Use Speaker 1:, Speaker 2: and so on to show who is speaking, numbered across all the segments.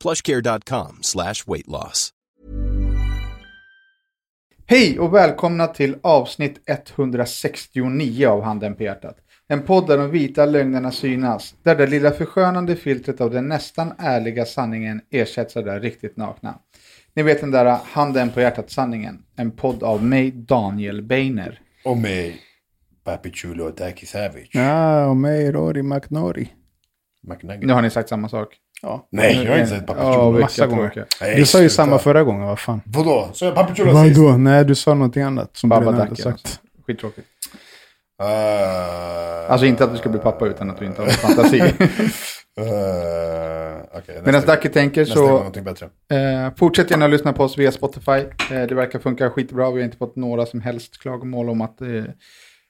Speaker 1: plushcare.com slash weight loss.
Speaker 2: Hej och välkomna till avsnitt 169 av Handen på hjärtat. En podd där de vita lögnerna synas, där det lilla förskönande filtret av den nästan ärliga sanningen ersätts av det riktigt nakna. Ni vet den där Handen på hjärtat-sanningen, en podd av mig, Daniel Beiner.
Speaker 3: Och med Papi Chulo och Daki Savage.
Speaker 4: Ja, och mig Rory McNorry.
Speaker 3: McNugget.
Speaker 2: Nu har ni sagt samma sak.
Speaker 4: Ja.
Speaker 3: Nej, jag har inte sett Papi
Speaker 2: Ja,
Speaker 3: Chulo.
Speaker 2: massa
Speaker 4: tror
Speaker 2: gånger.
Speaker 3: Nej,
Speaker 4: Du sa
Speaker 3: sluta.
Speaker 4: ju samma förra gången, vad fan.
Speaker 3: Vadå? Sa jag Papi Chulo sist?
Speaker 4: Vadå? Nej, du sa någonting annat som du redan hade
Speaker 2: Babadank.
Speaker 4: sagt.
Speaker 2: alltså. Skittråkigt.
Speaker 3: Ah,
Speaker 2: Alltså inte att du ska bli pappa utan att du inte har fantasi.
Speaker 3: eh, okej, nästa
Speaker 2: Medan
Speaker 3: gång.
Speaker 2: Dacke tänker
Speaker 3: Nästa gång
Speaker 2: så
Speaker 3: någonting bättre.
Speaker 2: Eh, fortsätt gärna att lyssna på oss via Spotify. Eh, det verkar funka skitbra. Vi har inte fått några som helst klagomål om att eh,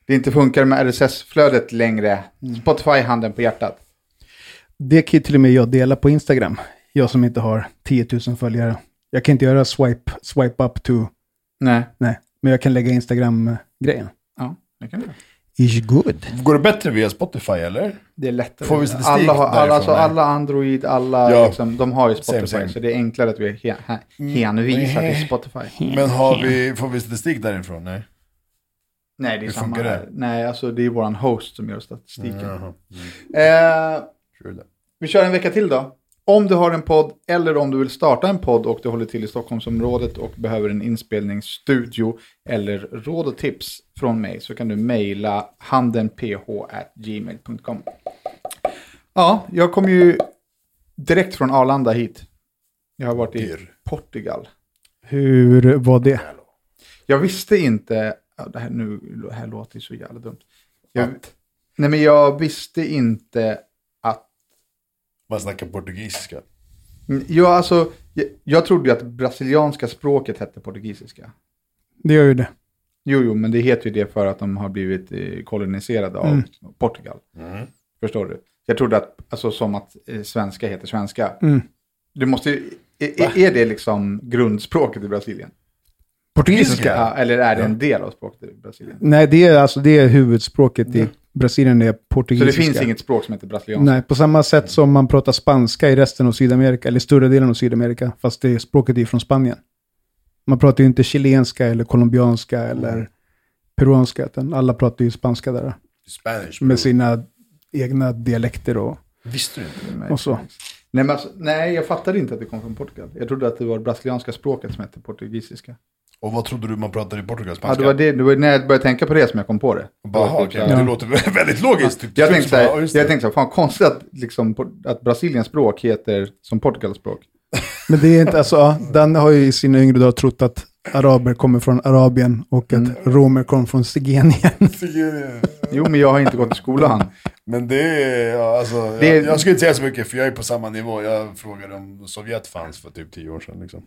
Speaker 2: det inte funkar med RSS-flödet längre. Spotify, handen på hjärtat.
Speaker 4: Mm. Det kan ju till och med jag dela på Instagram. Jag som inte har 10 000 följare. Jag kan inte göra swipe, swipe up to,
Speaker 2: Nej.
Speaker 4: nej. Men jag kan lägga Instagram-grejen.
Speaker 2: Ja, det kan du.
Speaker 4: Is good.
Speaker 3: Går det bättre via Spotify eller?
Speaker 2: Det är lättare.
Speaker 3: Får vi statistik
Speaker 2: alla, har, alla,
Speaker 3: därifrån,
Speaker 2: alltså,
Speaker 3: eller?
Speaker 2: alla Android, alla
Speaker 3: Ja.
Speaker 2: liksom, de har ju Spotify.
Speaker 3: Same, same.
Speaker 2: Så det är enklare att vi he-
Speaker 4: Mm.
Speaker 2: he- hänvisar till Spotify.
Speaker 3: Men har vi, får vi statistik därifrån? Nej.
Speaker 2: Nej, det är
Speaker 3: Hur
Speaker 2: samma.
Speaker 3: funkar det?
Speaker 2: Nej, alltså det är våran host som gör statistiken.
Speaker 3: Jaha.
Speaker 2: Eh,
Speaker 3: Tror det.
Speaker 2: Vi kör en vecka till då. Om du har en podd eller om du vill starta en podd och du håller till i Stockholmsområdet och behöver en inspelningsstudio eller råd och tips från mig så kan du mejla handenph.gmail.com. Ja, jag kom ju direkt från Arlanda hit. Jag har varit i
Speaker 3: Dyr.
Speaker 2: Portugal.
Speaker 4: Hur var det?
Speaker 2: Jag visste inte, ja, det här, nu, det här låter ju så jävla dumt. Jag, nej men jag visste inte att
Speaker 3: Man snackar portugisiska.
Speaker 2: Mm, Ja, alltså, jag, jag trodde ju att brasilianska språket hette portugisiska.
Speaker 4: Det gör ju det.
Speaker 2: Jo, jo, men det heter ju det för att de har blivit eh, koloniserade
Speaker 4: Mm.
Speaker 2: av Portugal. Förstår du? Jag trodde att, alltså som att eh, svenska heter svenska.
Speaker 4: Mm.
Speaker 2: Du måste ju, är, är- är det liksom grundspråket i Brasilien?
Speaker 4: Portugisiska?
Speaker 2: Ja, eller är det en del av språket i Brasilien?
Speaker 4: Nej, det är, alltså, det är huvudspråket i Brasilien, det är
Speaker 2: Så det
Speaker 4: portugisiska.
Speaker 2: finns inget språk som heter brasilianska? Mm.
Speaker 4: Nej, på samma sätt som man pratar spanska i resten av Sydamerika, eller större delen av Sydamerika, fast det språket är från Spanien. Man pratar ju inte chilenska eller colombianska eller peruanska, utan alla pratar ju spanska där.
Speaker 3: Spanish. bro.
Speaker 4: Med sina egna dialekter och,
Speaker 3: Visste du inte?
Speaker 4: och så.
Speaker 2: Nej, men alltså, nej, jag fattade inte att det kom från Portugal. Jag trodde att det var det brasilianska språket som hette portugisiska.
Speaker 3: Och vad trodde du man pratade i Portugal?
Speaker 2: Ja,
Speaker 3: Spanska?
Speaker 2: det var, det, det var när jag började tänka på det som jag kom på det.
Speaker 3: Bara, aha, okej, men Det låter väldigt logiskt. Typ.
Speaker 2: Jag tänkte, så
Speaker 3: Ja,
Speaker 2: här,
Speaker 3: just
Speaker 2: jag
Speaker 3: det.
Speaker 2: tänkte så här, fan konstigt att, liksom, på- att Brasiliens språk heter som Portugals språk.
Speaker 4: Men det är inte, alltså, ja, Dan har ju i sina yngre dagar trott att araber kommer från Arabien och att romer kommer från Zigenien.
Speaker 2: Jo, men jag har inte gått i skolan.
Speaker 3: Men det är, ja, alltså,
Speaker 2: Det är-
Speaker 3: jag, jag skulle inte säga så mycket för jag är på samma nivå. Jag frågade om Sovjet fanns för typ tio år sedan. Liksom.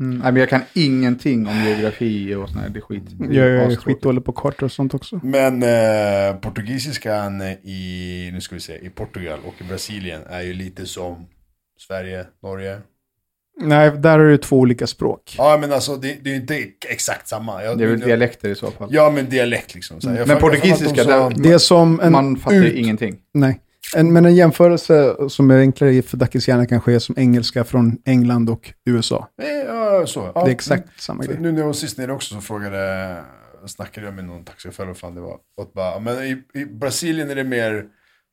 Speaker 2: Mm, nej, men jag kan ingenting om geografi och sån här det är skit. Det är
Speaker 4: Jag är
Speaker 2: astråkigt.
Speaker 4: skitdålig på kartor och sånt också.
Speaker 3: Men eh, portugisiskan i, nu ska vi se, i Portugal och i Brasilien är ju lite som Sverige, Norge,
Speaker 4: Nej, där är det två olika språk.
Speaker 3: Ja, men alltså det, det är ju inte exakt samma. Jag,
Speaker 2: Det är väl
Speaker 3: jag-
Speaker 2: dialekter i så fall.
Speaker 3: Ja, men dialekt liksom. Så här. Jag
Speaker 2: Men
Speaker 3: för- jag för mig att de
Speaker 2: portugisiska,
Speaker 3: sa-
Speaker 2: där-
Speaker 4: Det är som en...
Speaker 2: Man fattar ju
Speaker 4: ut-
Speaker 2: ingenting.
Speaker 4: Nej. En, men en jämförelse som är enklare för Dackes hjärna kanske är som engelska från England och USA.
Speaker 3: Eh, Ja, så. Ja.
Speaker 4: Det är exakt samma
Speaker 3: Så
Speaker 4: grej.
Speaker 3: Nu när jag var sist nere också så frågade, snackade jag med någon taxichaufför och fan det var. Och bara, men i, i Brasilien är det mer,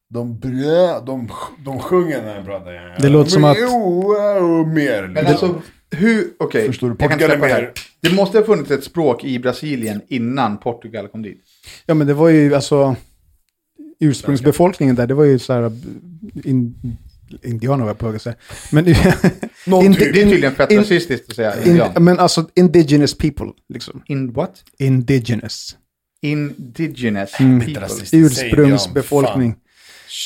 Speaker 3: de brö, de, sj- de sjunger när de pratar.
Speaker 4: Det låter som att-
Speaker 3: Jo, och mer.
Speaker 2: Men
Speaker 3: liksom.
Speaker 2: alltså, hur... Okej,
Speaker 3: Förstår du?
Speaker 2: jag kan inte
Speaker 3: Portugal är
Speaker 2: släppa det här.
Speaker 3: mer-
Speaker 2: Det måste ha funnits ett språk i Brasilien innan Portugal kom dit.
Speaker 4: Ja, men det var ju alltså... Ursprungsbefolkningen där, det var ju så här... eh, In, indianer var jag på väg att säga. Men,
Speaker 3: Någon
Speaker 4: Indi-
Speaker 2: Det är
Speaker 3: typ.
Speaker 2: tydligen fett
Speaker 4: in-
Speaker 2: rasistiskt att säga
Speaker 4: in,
Speaker 2: indian.
Speaker 4: men alltså indigenous people, liksom.
Speaker 2: In what?
Speaker 4: Indigenous.
Speaker 2: Indigenous
Speaker 3: Inte
Speaker 2: people.
Speaker 3: rasistiskt. Säg indian,
Speaker 4: Ursprungsbefolkning.
Speaker 3: fan.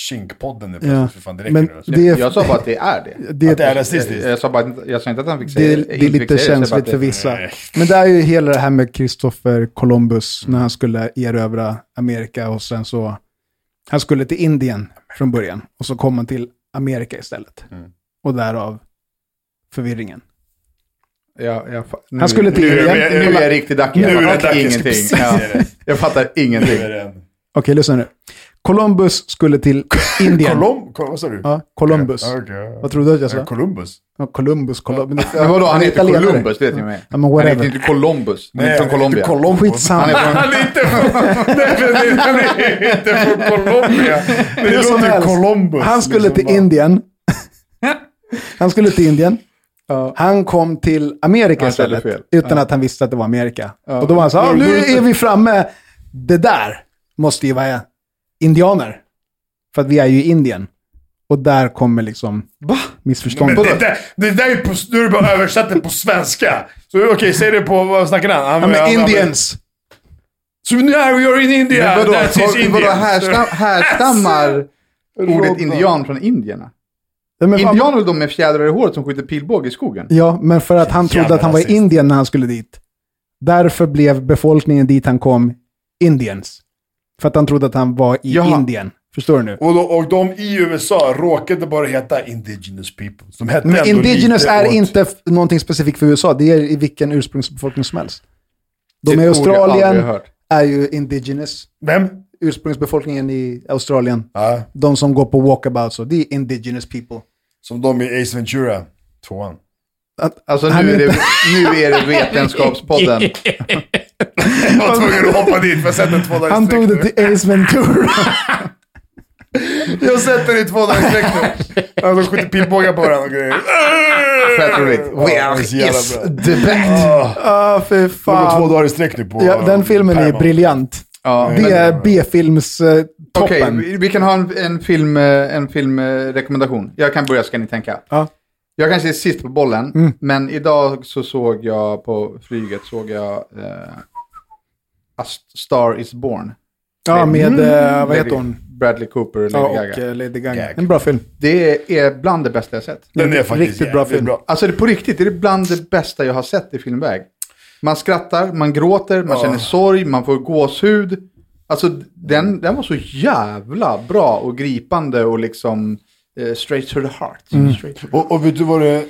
Speaker 3: Kinkpodden är
Speaker 4: Ja.
Speaker 3: plötsligt, för fan det räcker
Speaker 4: Men
Speaker 3: nu. alltså."
Speaker 4: det
Speaker 2: Jag sa
Speaker 4: är...
Speaker 2: bara att det är det.
Speaker 4: Det
Speaker 3: Att det är
Speaker 4: är,
Speaker 3: rasistiskt.
Speaker 2: Jag, sa bara, jag sa inte att han fick
Speaker 4: det,
Speaker 2: säga
Speaker 4: det är
Speaker 2: inte fick
Speaker 4: lite
Speaker 2: säga det, jag sa bara
Speaker 4: känsligt för
Speaker 2: att det-
Speaker 4: vissa. Men det är ju hela det här med Christopher Columbus när han skulle erövra Amerika och sen så... Han skulle till Indien från början och så kom han till Amerika istället.
Speaker 2: Mm.
Speaker 4: Och därav förvirringen.
Speaker 2: Ja, jag fa- nu,
Speaker 4: Han skulle till
Speaker 2: nu, nu,
Speaker 4: Indien.
Speaker 2: är- nu är jag riktigt dackig.
Speaker 3: Nu är
Speaker 2: Jag
Speaker 3: det
Speaker 2: fattar
Speaker 3: dackig,
Speaker 2: ingenting.
Speaker 3: precis.
Speaker 2: Ja, jag fattar
Speaker 3: Nu
Speaker 2: ingenting.
Speaker 3: är det en-
Speaker 4: Okej, lyssna nu. Columbus skulle till Indien.
Speaker 3: Colum- Col- Vad sa du?
Speaker 4: ja, Columbus.
Speaker 3: Ja, okej, ja.
Speaker 4: Vad trodde du att jag
Speaker 3: Ja,
Speaker 4: sa?
Speaker 3: Columbus?
Speaker 4: Ja, Columbus, Columbus.
Speaker 2: Men vadå, han heter
Speaker 4: Italienare.
Speaker 2: Columbus, det vet ni med.
Speaker 4: Ja, men
Speaker 2: Han
Speaker 4: whatever.
Speaker 2: heter inte Columbus, han är från Colombia.
Speaker 3: Columbus.
Speaker 4: Skitsamma.
Speaker 2: Han är från...
Speaker 3: Han är inte från Colombia. Men det
Speaker 4: som
Speaker 3: låter ju
Speaker 4: helst.
Speaker 3: Columbus.
Speaker 4: Han skulle
Speaker 3: liksom,
Speaker 4: till
Speaker 3: bara.
Speaker 4: Indien. Han skulle till Indien. Han kom till Amerika
Speaker 2: Han ställde
Speaker 4: istället.
Speaker 2: fel.
Speaker 4: Utan att han visste att det var Amerika. Och då var han så här, "Ah,
Speaker 2: Nu
Speaker 4: nu
Speaker 2: går det inte."
Speaker 4: är vi framme. Det där måste ju vara indianer. För att vi är ju i Indien. Och där kommer liksom
Speaker 3: Men
Speaker 4: missförståndet.
Speaker 3: det, där, det där är ju på, nu är det bara översatt det på svenska. Så okej, säg det på, vad snackar han? han
Speaker 4: Ja, men
Speaker 3: han-
Speaker 4: Indians.
Speaker 3: Så nu är you're in India.
Speaker 2: Men vadå,
Speaker 3: That is
Speaker 2: vadå,
Speaker 3: Indian.
Speaker 2: härstam, härstammar ordet indian från indierna?
Speaker 4: Ja, men,
Speaker 2: Indianer är väl de med fjädrar i håret som skjuter pilbåge i skogen?
Speaker 4: Ja, men för att han trodde
Speaker 3: Jävla
Speaker 4: att han var i
Speaker 3: rasist.
Speaker 4: Indien när han skulle dit. Därför blev befolkningen dit han kom Indians. För att han trodde att han var i
Speaker 2: Jaha.
Speaker 4: Indien. Förstår du nu?
Speaker 3: Och, då, och de i USA råkade bara heta indigenous people. De hette
Speaker 4: Men
Speaker 3: ändå
Speaker 4: indigenous
Speaker 3: lite
Speaker 4: är
Speaker 3: åt-
Speaker 4: inte f- någonting specifikt för USA. Det är i vilken ursprungsbefolkning som helst.
Speaker 2: Det är
Speaker 4: De i
Speaker 2: ett ord jag aldrig
Speaker 4: Australien
Speaker 2: hört.
Speaker 4: är ju indigenous.
Speaker 3: Vem?
Speaker 4: Ursprungsbefolkningen i Australien.
Speaker 3: Ja,
Speaker 4: De som går på walkabout, så det är indigenous people.
Speaker 3: som de i Ace Ventura. Tvåan.
Speaker 2: Alltså
Speaker 4: Han
Speaker 2: nu är,
Speaker 4: är
Speaker 2: det, nu är det Vetenskapspodden.
Speaker 3: Jag var tvungen att hoppa dit, för jag har sett den två dagar i
Speaker 4: Han
Speaker 3: sträck
Speaker 4: tog
Speaker 3: nu.
Speaker 4: det till Ace Ventura.
Speaker 3: Jag har sett den i två dagar i sträck nu. Ja, De skjuter pilbågar på varandra och grejer.
Speaker 2: Fett roligt.
Speaker 3: Ja, det är så jävla
Speaker 2: is
Speaker 3: bra.
Speaker 2: the best.
Speaker 3: Ah.
Speaker 4: Ah, fy
Speaker 3: Det går två
Speaker 4: fan.
Speaker 3: dagar i sträck nu på eh,
Speaker 4: Ja, den filmen är
Speaker 3: Paramount.
Speaker 4: briljant.
Speaker 2: Ja,
Speaker 4: Det är B-filmstoppen.
Speaker 2: Okej,
Speaker 4: toppen.
Speaker 2: vi, vi kan ha en, en, film, eh, en filmrekommendation. Jag kan börja ska ni tänka.
Speaker 4: Ja. Mm.
Speaker 2: Jag kanske är sist på bollen, men idag så såg jag på flyget såg jag eh, A Star Is Born.
Speaker 4: Ja, med, eh, vad
Speaker 2: Mm. Lady-
Speaker 4: heter hon?
Speaker 2: Bradley Cooper och Lady
Speaker 4: Ja, och
Speaker 2: Gaga.
Speaker 4: eh, Lady Gaga.
Speaker 3: Gag.
Speaker 4: En bra film.
Speaker 2: Det är bland det bästa jag sett.
Speaker 3: Den är faktiskt
Speaker 4: Riktigt bra
Speaker 3: jävligt
Speaker 4: film.
Speaker 2: Alltså det är på riktigt, det är bland det bästa jag har sett i filmväg. Man skrattar, man gråter, man känner sorg, man får gåshud. Alltså den, den var så jävla bra och gripande och liksom eh, straight to the heart.
Speaker 3: Mm.
Speaker 2: Straight to the...
Speaker 3: Och, och vet du vad det eh,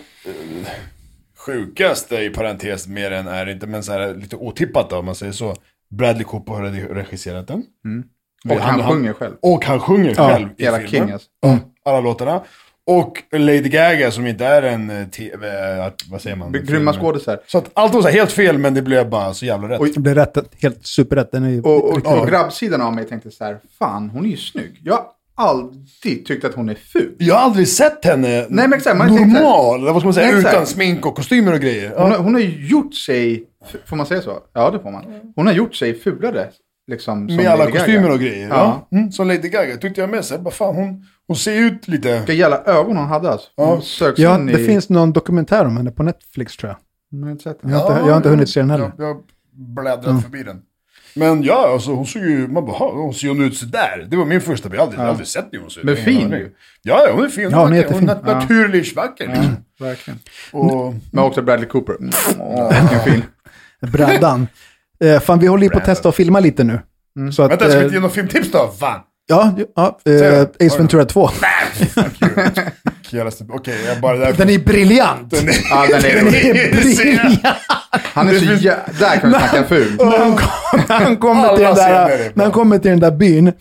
Speaker 3: sjukaste i parentes mer än är inte, men så här lite otippat då, om man säger så. Bradley Cooper har redi- regisserat den.
Speaker 2: Mm. Och han sjunger själv.
Speaker 3: Och han sjunger själv i
Speaker 2: jävla
Speaker 3: filmen.
Speaker 2: king, alltså.
Speaker 3: Ja, Alla låtarna. Och Lady Gaga som inte är en eh, tv... eh, Vad säger man?
Speaker 2: Grymma skådisar.
Speaker 3: Så att allt var så här helt fel, men det blev bara så jävla rätt.
Speaker 4: Det är rätt, helt superrätt. Den är ju
Speaker 2: Och, och,
Speaker 4: riktigt bra.
Speaker 2: och grabbsidan av mig tänkte så här, fan hon är ju snygg. Jag har aldrig tyckt att hon är ful.
Speaker 3: Jag har aldrig sett henne
Speaker 2: men exakt, man tänkte-
Speaker 3: normal, eller vad ska man säga,
Speaker 2: Nej, exakt.
Speaker 3: utan smink och kostymer och grejer.
Speaker 2: Hon,
Speaker 3: Ja.
Speaker 2: har- hon har ju gjort sig, f- får man säga så? Ja det får man. Hon har gjort sig fulare. Liksom, som
Speaker 3: Mm. Med alla
Speaker 2: Lady Gaga.
Speaker 3: kostymer och grejer.
Speaker 2: Ja.
Speaker 3: Ja. Mm, som Lady Gaga tyckte jag med sig. Bara fan, hon, hon ser ut lite...
Speaker 2: Vilka jävla ögon hon hade alltså. Hon söks
Speaker 4: Ja,
Speaker 2: in
Speaker 4: det
Speaker 2: i...
Speaker 4: finns någon dokumentär om henne på Netflix tror jag.
Speaker 2: Jag har inte sett den.
Speaker 4: Jag har, inte, jag har inte hunnit se den heller. Mm.
Speaker 3: Jag, jag bläddrat förbi den. Men ja, alltså hon såg ju, man bara, "Ha, hon ser hon ut sådär? Det var min första bild, jag har aldrig, aldrig sett hur hon ser ut.
Speaker 2: Men
Speaker 3: Jag har ingen
Speaker 2: fin
Speaker 3: aning.
Speaker 2: ju.
Speaker 3: Ja, ja, hon är fin. Hon,
Speaker 4: Ja, hon är
Speaker 3: är vacker. hon är
Speaker 4: jättefin.
Speaker 3: nat- naturligt vacker liksom.
Speaker 2: Verkligen.
Speaker 3: Och,
Speaker 2: Men också Bradley Cooper. Mm. Åh, vilken fin.
Speaker 4: Brädan. eh, fan, vi håller ju på att testa och filma lite nu. Så att,
Speaker 2: Mm.
Speaker 3: vänta, ska vi
Speaker 4: eh,
Speaker 3: inte ge något filmtips då? Fan!
Speaker 4: Ja, ja eh,
Speaker 3: Säg det.
Speaker 4: Ace Ventura 2.
Speaker 3: Jävla- Okej, jag bara där.
Speaker 4: Den är briljant!
Speaker 2: Ja, den
Speaker 4: Den
Speaker 2: är,
Speaker 4: är briljant!
Speaker 2: han är så jä... Där kan vi snacka ful.
Speaker 4: när han, kom, när, han kommer
Speaker 3: Alla
Speaker 4: till den
Speaker 3: scener är
Speaker 4: där,
Speaker 3: bra.
Speaker 4: när han kommer till den där byn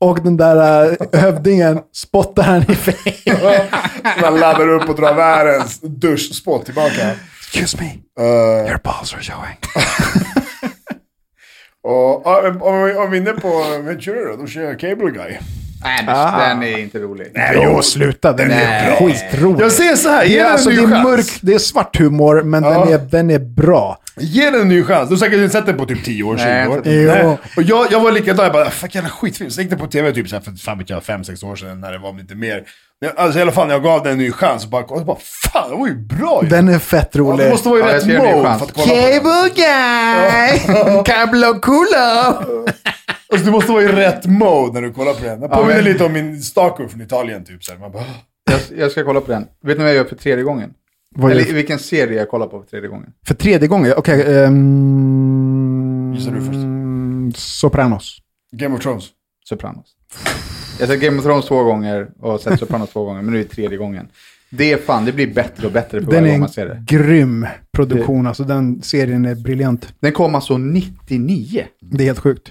Speaker 4: och den där eh, hövdingen spottar han i face.
Speaker 3: Han laddar upp och drar världens duschspott tillbaka.
Speaker 4: Excuse me,
Speaker 3: Eh,
Speaker 4: your balls are showing.
Speaker 3: och, ja, men om, vi, om vi är inne på Ventura då, då kör jag Cable Guy.
Speaker 2: Nej, den är inte rolig.
Speaker 4: Jo, sluta. Den är skitrolig.
Speaker 3: Jag säger så här, ge
Speaker 4: det är,
Speaker 3: den
Speaker 4: alltså,
Speaker 3: en
Speaker 4: det
Speaker 3: ny
Speaker 4: är
Speaker 3: chans.
Speaker 4: mörk, det är svart humor, men den, är, den är bra.
Speaker 3: Ge den en ny chans. Du har säkert inte sett den på typ 10 år, 20
Speaker 2: Nej,
Speaker 3: år.
Speaker 2: jag
Speaker 4: har inte- Jo.
Speaker 3: Och jag, jag var likadan, jag bara fuck jävla skitfilm. Så gick den på tv typ så här, för fan vet jag, 5-6 år sedan när det var lite mer. Men Alltså i alla fall när jag gav den en ny chans, så bara, och bara fan det var ju bra ju.
Speaker 4: Den är fett
Speaker 3: ja,
Speaker 4: rolig.
Speaker 3: det måste vara i
Speaker 2: Ja, jag
Speaker 3: rätt
Speaker 2: ser en ny
Speaker 3: mode
Speaker 2: chans.
Speaker 3: för att kolla på den.
Speaker 4: guy! Cablo culo!
Speaker 3: Alltså, du måste vara i rätt mode när du kollar på den. Den påminner
Speaker 2: men-
Speaker 3: lite om min stalker från Italien typ. Så här. Man bara,
Speaker 2: Jag, jag ska kolla på den. Vet ni vad jag gör för tredje gången?
Speaker 4: Vad är
Speaker 2: Eller
Speaker 4: det för-
Speaker 2: vilken serie jag kollar på för tredje gången?
Speaker 4: För tredje gången? Okej. ehm,
Speaker 3: Gissa du först.
Speaker 4: Sopranos.
Speaker 3: Game of Thrones.
Speaker 2: Sopranos. Jag har sett Game of Thrones två gånger och sett Sopranos två gånger, men nu är det tredje gången. Det är fan, det blir bättre och bättre för
Speaker 4: Den
Speaker 2: varje
Speaker 4: är
Speaker 2: gång
Speaker 4: en
Speaker 2: man ser det.
Speaker 4: grym produktion. Alltså den serien är briljant.
Speaker 2: Den kom alltså 99.
Speaker 4: Det är helt sjukt.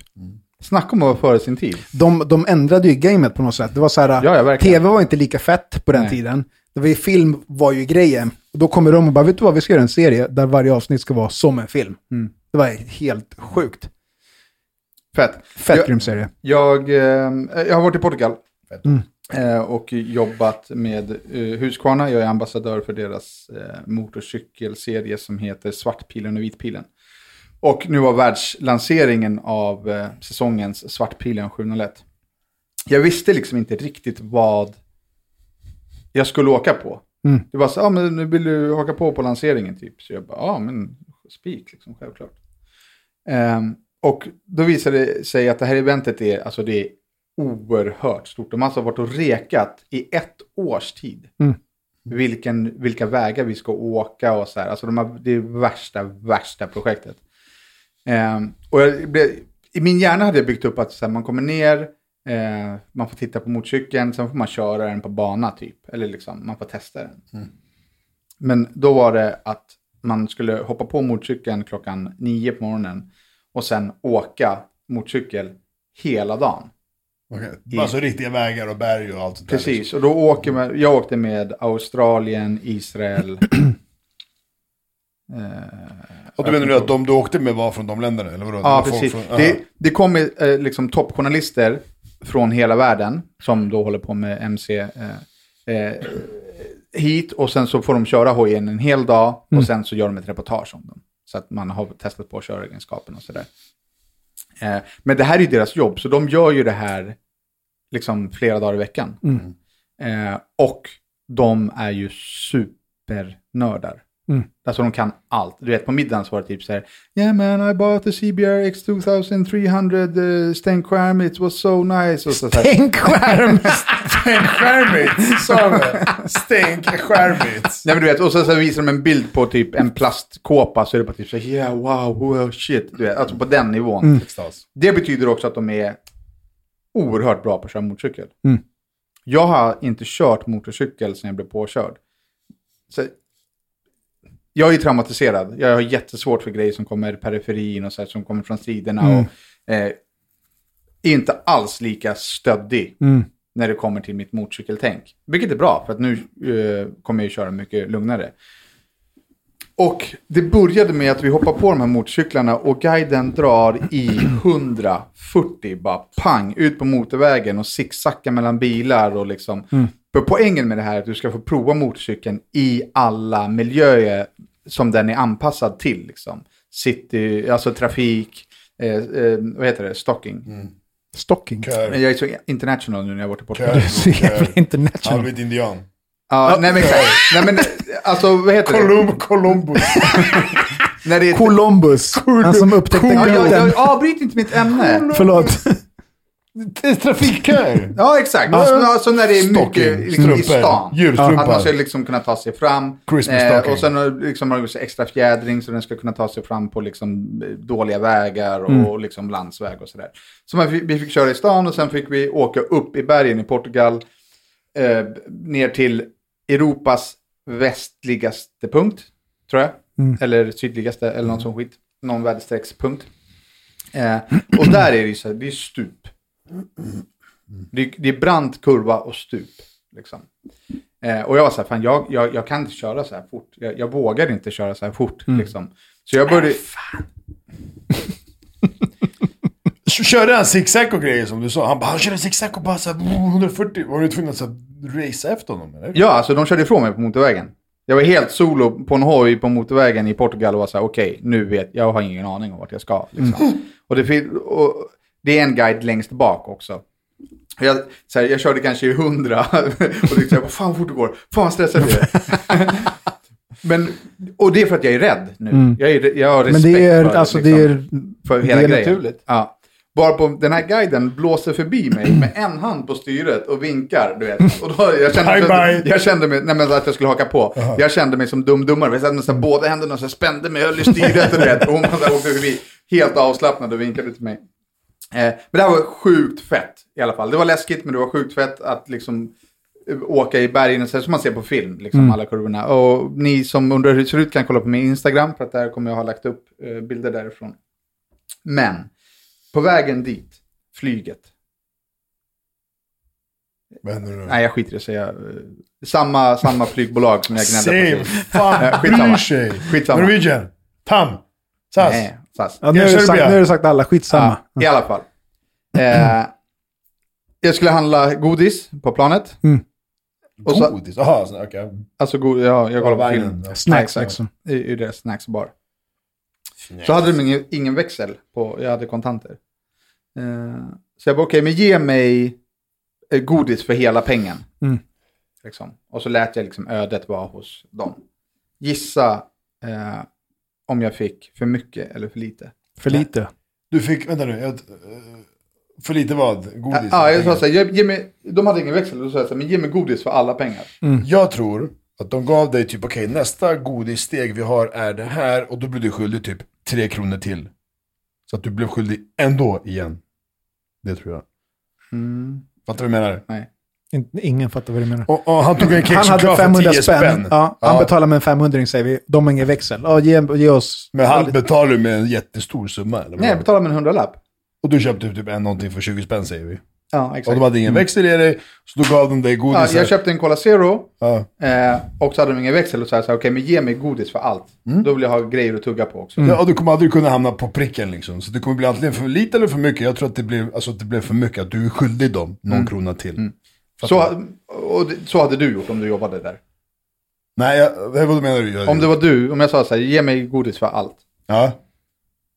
Speaker 2: Snacka om att vara före sin tid.
Speaker 4: De, de ändrade ju gamet på något sätt. Det var så här,
Speaker 2: Ja, ja, verkligen.
Speaker 4: tv var inte lika fett på den
Speaker 2: Nej.
Speaker 4: tiden. Det var ju, film var ju grejen. Och då kommer de och bara, vet du vad, vi ska göra en serie där varje avsnitt ska vara som en film. Mm. Det var helt sjukt.
Speaker 2: Fett.
Speaker 4: Fett
Speaker 2: jag,
Speaker 4: grym serie.
Speaker 2: jag, eh, jag har varit i Portugal eh, och jobbat med eh, Husqvarna. Jag är ambassadör för deras eh, motorcykelserie som heter Svartpilen och Vitpilen. Och nu var världslanseringen av eh, säsongens Svartpilen 701. Jag visste liksom inte riktigt vad jag skulle åka på. Det var så, ja ah, men nu vill du haka på på lanseringen typ. Så jag bara, ja ah, men spik liksom, självklart. Ehm, och då visade det sig att det här eventet är, alltså det är oerhört stort. De har alltså varit och rekat i ett års tid. Vilken, vilka vägar vi ska åka och så här. Alltså de har, det är värsta, värsta projektet. Ehm, och jag blev, I min hjärna hade jag byggt upp att så här, man kommer ner, eh, man får titta på motorcykeln, sen får man köra den på bana typ. Eller liksom, man får testa den. Men då var det att man skulle hoppa på motorcykeln klockan nio på morgonen och sen åka motorcykel hela dagen.
Speaker 3: Okay. Alltså riktiga vägar och berg och allt sånt där. liksom.
Speaker 2: Precis, och då åker man, jag åkte med Australien, Israel.
Speaker 3: Och du menar nu att de du åkte med var från de länderna? Eller vadå?
Speaker 2: ja,
Speaker 3: Det var folk
Speaker 2: precis.
Speaker 3: Från,
Speaker 2: Det, det kom eh, liksom toppjournalister från hela världen som då håller på med MC. Eh, eh, hit och sen så får de köra hojen en hel dag och sen så gör de ett reportage om dem. Så att man har testat på köregenskapen och sådär. Eh, men det här är ju deras jobb, så de gör ju det här liksom flera dagar i veckan. Eh, och de är ju supernördar. Alltså de kan allt. Du vet på middagen så var det typ så här. Yeah man I bought the CBR X2300 uh, stenskärm, it was so nice. Och så, så här,
Speaker 4: Tänk skärm!
Speaker 3: Skärmigt! Sa vi. Stänk skärmigt.
Speaker 2: Nej men du vet, och så, så visar de en bild på typ en plastkåpa så är det bara typ så här, yeah wow, wow shit. Du vet, alltså på den nivån.
Speaker 3: Extas.
Speaker 2: Det betyder också att de är oerhört bra på att köra motorcykel. Jag har inte kört motorcykel sedan jag blev påkörd. Så, jag är ju traumatiserad. Jag har jättesvårt för grejer som kommer i periferin och så här, som kommer från sidorna. Och, eh, är inte alls lika stöddig när det kommer till mitt motorcykeltänk. Vilket är bra, för att nu eh, kommer jag ju köra mycket lugnare. Och det började med att vi hoppar på de här motorcyklarna och guiden drar i 140, bara pang, ut på motorvägen och zigzacka mellan bilar och liksom. För poängen med det här är att du ska få prova motorcykeln i alla miljöer som den är anpassad till. Liksom. City, alltså trafik, eh, eh, vad heter det, stocking.
Speaker 4: Stocking.
Speaker 3: Kör.
Speaker 2: Men jag är så international nu när jag har varit i Portugal.
Speaker 3: Kör.
Speaker 4: Så jävla
Speaker 3: Kör.
Speaker 4: international.
Speaker 3: Halvvit indian.
Speaker 2: Ja, nej men exakt. nej men alltså vad heter det?
Speaker 3: Colum- Columbus.
Speaker 2: När det är...
Speaker 4: Columbus. Han som upptäckte
Speaker 2: Ja, jag, jag,
Speaker 4: globen.
Speaker 2: avbryt inte mitt ämne.
Speaker 4: Förlåt.
Speaker 3: Trafikköer!
Speaker 2: Ja, exakt.
Speaker 3: Ja,
Speaker 2: Alltså,
Speaker 3: ja.
Speaker 2: alltså när det är mycket
Speaker 3: Stocking,
Speaker 2: liksom, i
Speaker 3: strumpor,
Speaker 2: stan.
Speaker 3: julstrumpor.
Speaker 2: Att man ska liksom kunna ta sig fram. Eh,
Speaker 3: Christmas stocking.
Speaker 2: och sen har det liksom, har det extra fjädring så den ska kunna ta sig fram på liksom, dåliga vägar och, liksom, landsväg och sådär. Så man, fick- vi fick köra i stan och sen fick vi åka upp i bergen i Portugal. Eh, ner till Europas västligaste punkt, tror jag. Eller sydligaste, eller någon sån skit. Någon väderstreckspunkt. Eh, och där är det ju så här, det är stup. Det är, det är brant kurva och stup. Liksom. Eh, och jag var så här, fan jag, jag, jag kan inte köra så här fort. Jag, jag vågar inte köra så här fort. Liksom. Så jag började...
Speaker 3: Körde han zigzag och grejer som du sa? Han bara, han körde zigzag och bara såhär 140. Var du tvungen att så här, racea efter honom eller?
Speaker 2: Ja, alltså de körde ifrån mig på motorvägen. Jag var helt solo på en hoj på motorvägen i Portugal och var så här, okej, nu vet jag, har ingen aning om vart jag ska. Liksom.
Speaker 4: Mm.
Speaker 2: Och, det, fin- och det är en guide längst bak också. Och Jag, så här, jag körde kanske i hundra och tyckte, så här, fan vad fort det går, fan vad stressad jag är. Men, och det är för att jag är rädd nu. Jag, är, jag har
Speaker 4: Mm. Men
Speaker 2: respekt
Speaker 4: det är,
Speaker 2: för,
Speaker 4: alltså,
Speaker 2: liksom,
Speaker 4: det är,
Speaker 2: för
Speaker 4: det
Speaker 2: hela
Speaker 4: är
Speaker 2: grejen.
Speaker 4: naturligt.
Speaker 2: Ja. Bara på den här guiden blåser förbi mig med en hand på styret och vinkar. Du vet. Och då, jag, kände
Speaker 3: Bye, bye.
Speaker 2: jag kände mig, nej men att jag skulle haka på. Jag kände mig som dum-dummare. Jag satt med så här båda händerna och så här spände mig, höll i styret och du vet. Och hon bara så här åkte förbi helt avslappnad och vinkade till mig. Eh, men det här var sjukt fett i alla fall. Det var läskigt men det var sjukt fett att liksom eh, åka i bergen och så här, som man ser på film, liksom
Speaker 3: Mm.
Speaker 2: alla kurvorna. Och ni som undrar hur det ser ut kan kolla på min Instagram för att där kommer jag ha lagt upp eh, bilder därifrån. Men på vägen dit, flyget.
Speaker 3: Vad händer nu?
Speaker 2: Nej, jag skiter i att säga. eh, Samma, samma flygbolag som jag gnällde
Speaker 3: Same!
Speaker 2: på.
Speaker 3: Fan
Speaker 2: Skitsamma.
Speaker 3: bryr sig!
Speaker 2: Skitsamma.
Speaker 3: Norwegian! Tam! SAS!
Speaker 2: Nej, SAS.
Speaker 4: Ja, nu,
Speaker 3: Jag
Speaker 4: har du
Speaker 3: kör
Speaker 4: sagt,
Speaker 3: bil.
Speaker 4: nu har du sagt alla, skitsamma.
Speaker 2: Ja, I alla fall. Eh, jag skulle handla godis på planet.
Speaker 4: Mm.
Speaker 2: Och så-
Speaker 3: Godis? Jaha, så- okej.
Speaker 2: Alltså, god, ja, jag kollar på film.
Speaker 3: Vagnen, ja.
Speaker 4: Snacks
Speaker 2: Ja,
Speaker 4: liksom.
Speaker 2: I, I deras snacksbar. Så hade de ingen, ingen växel på, jag hade kontanter. Eh, så jag bara, okej, men ge mig eh, godis för hela pengen.
Speaker 4: Mm.
Speaker 2: Liksom. Och så lät jag liksom ödet vara hos dem. Gissa eh, om jag fick för mycket eller för lite.
Speaker 4: För lite.
Speaker 3: Du fick, vänta nu. Jag, eh, för lite vad? Godis?
Speaker 2: Ja, jag sa så här, ge, ge mig, de hade ingen växel, och då sa jag så här, men ge mig godis för alla pengar.
Speaker 3: Jag tror att de gav dig typ, okej nästa godissteg vi har är det här och då blir du skyldig typ tre kronor till. Så att du blev skyldig ändå igen. Det tror jag.
Speaker 2: Mm.
Speaker 3: Fattar du vad jag menar?
Speaker 4: In- Ingen fattar vad du menar.
Speaker 3: Och, och han tog en
Speaker 4: Han hade
Speaker 3: kexchoklad för
Speaker 4: 500
Speaker 3: 10
Speaker 4: spänn.
Speaker 3: spänn.
Speaker 4: Ja, han betalar med en 500 säger vi. De har ingen växel. Ja, ge, ge oss...
Speaker 3: Men han betalade med en jättestor summa. Eller vad?
Speaker 2: Nej, jag betalade med en hundralapp.
Speaker 3: Och du köpte typ en någonting för 20 spänn säger vi.
Speaker 2: Ja,
Speaker 3: Och
Speaker 2: exakt. Mm.
Speaker 3: de hade ingen växel i dig, så då gav de dig
Speaker 2: Ja,
Speaker 3: godis.
Speaker 2: jag köpte en Cola Zero
Speaker 3: Ja.
Speaker 2: eh, och så hade de ingen växel och så sa jag så här, okej, men ge mig godis för allt. Då vill jag ha grejer att tugga på också.
Speaker 3: Ja, och du kommer aldrig kunna hamna på pricken liksom. Så det kommer bli antingen för lite eller för mycket. Jag tror att det blev, alltså, att det blev för mycket, att du är skyldig dem någon krona till. Fattar
Speaker 2: Mm. Så, och det, så hade du gjort om du jobbade där.
Speaker 3: Nej, jag, vad vad menar du? Jag,
Speaker 2: Om det var du, om jag sa så här, ge mig godis för allt.
Speaker 3: Ja.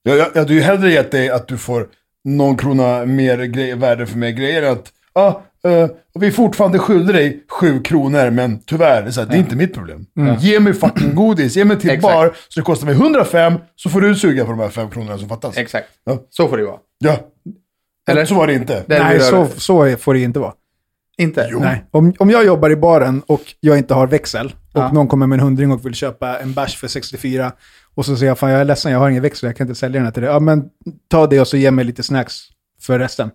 Speaker 3: Jag, jag, jag hade ju hellre gett dig att du får någon krona mer grej, värde för mer grejer. än Att, ja, eh, vi är fortfarande skyldig dig sju kronor, men tyvärr, det är, så här, det är inte mitt problem. Ge mig fucking godis, ge mig till
Speaker 2: Mm. Exakt.
Speaker 3: bar, så det kostar mig 105, så får du suga på de här fem kronorna som fattas.
Speaker 2: Exakt.
Speaker 3: Ja.
Speaker 2: Så får det ju vara.
Speaker 3: Ja.
Speaker 2: Eller?
Speaker 3: Så var det inte.
Speaker 2: Det är
Speaker 4: Nej,
Speaker 2: det vi Mm.
Speaker 4: så,
Speaker 2: gör.
Speaker 4: så är- får det inte vara.
Speaker 2: Inte?
Speaker 4: Nej. Om, om jag jobbar i baren och jag inte har växel och
Speaker 2: Ja.
Speaker 4: någon kommer med en hundring och vill köpa en bärs för 64 och så säger jag fan jag är ledsen, jag har ingen växel, jag kan inte sälja den här till dig. Ja, men ta det och så ge mig lite snacks för resten.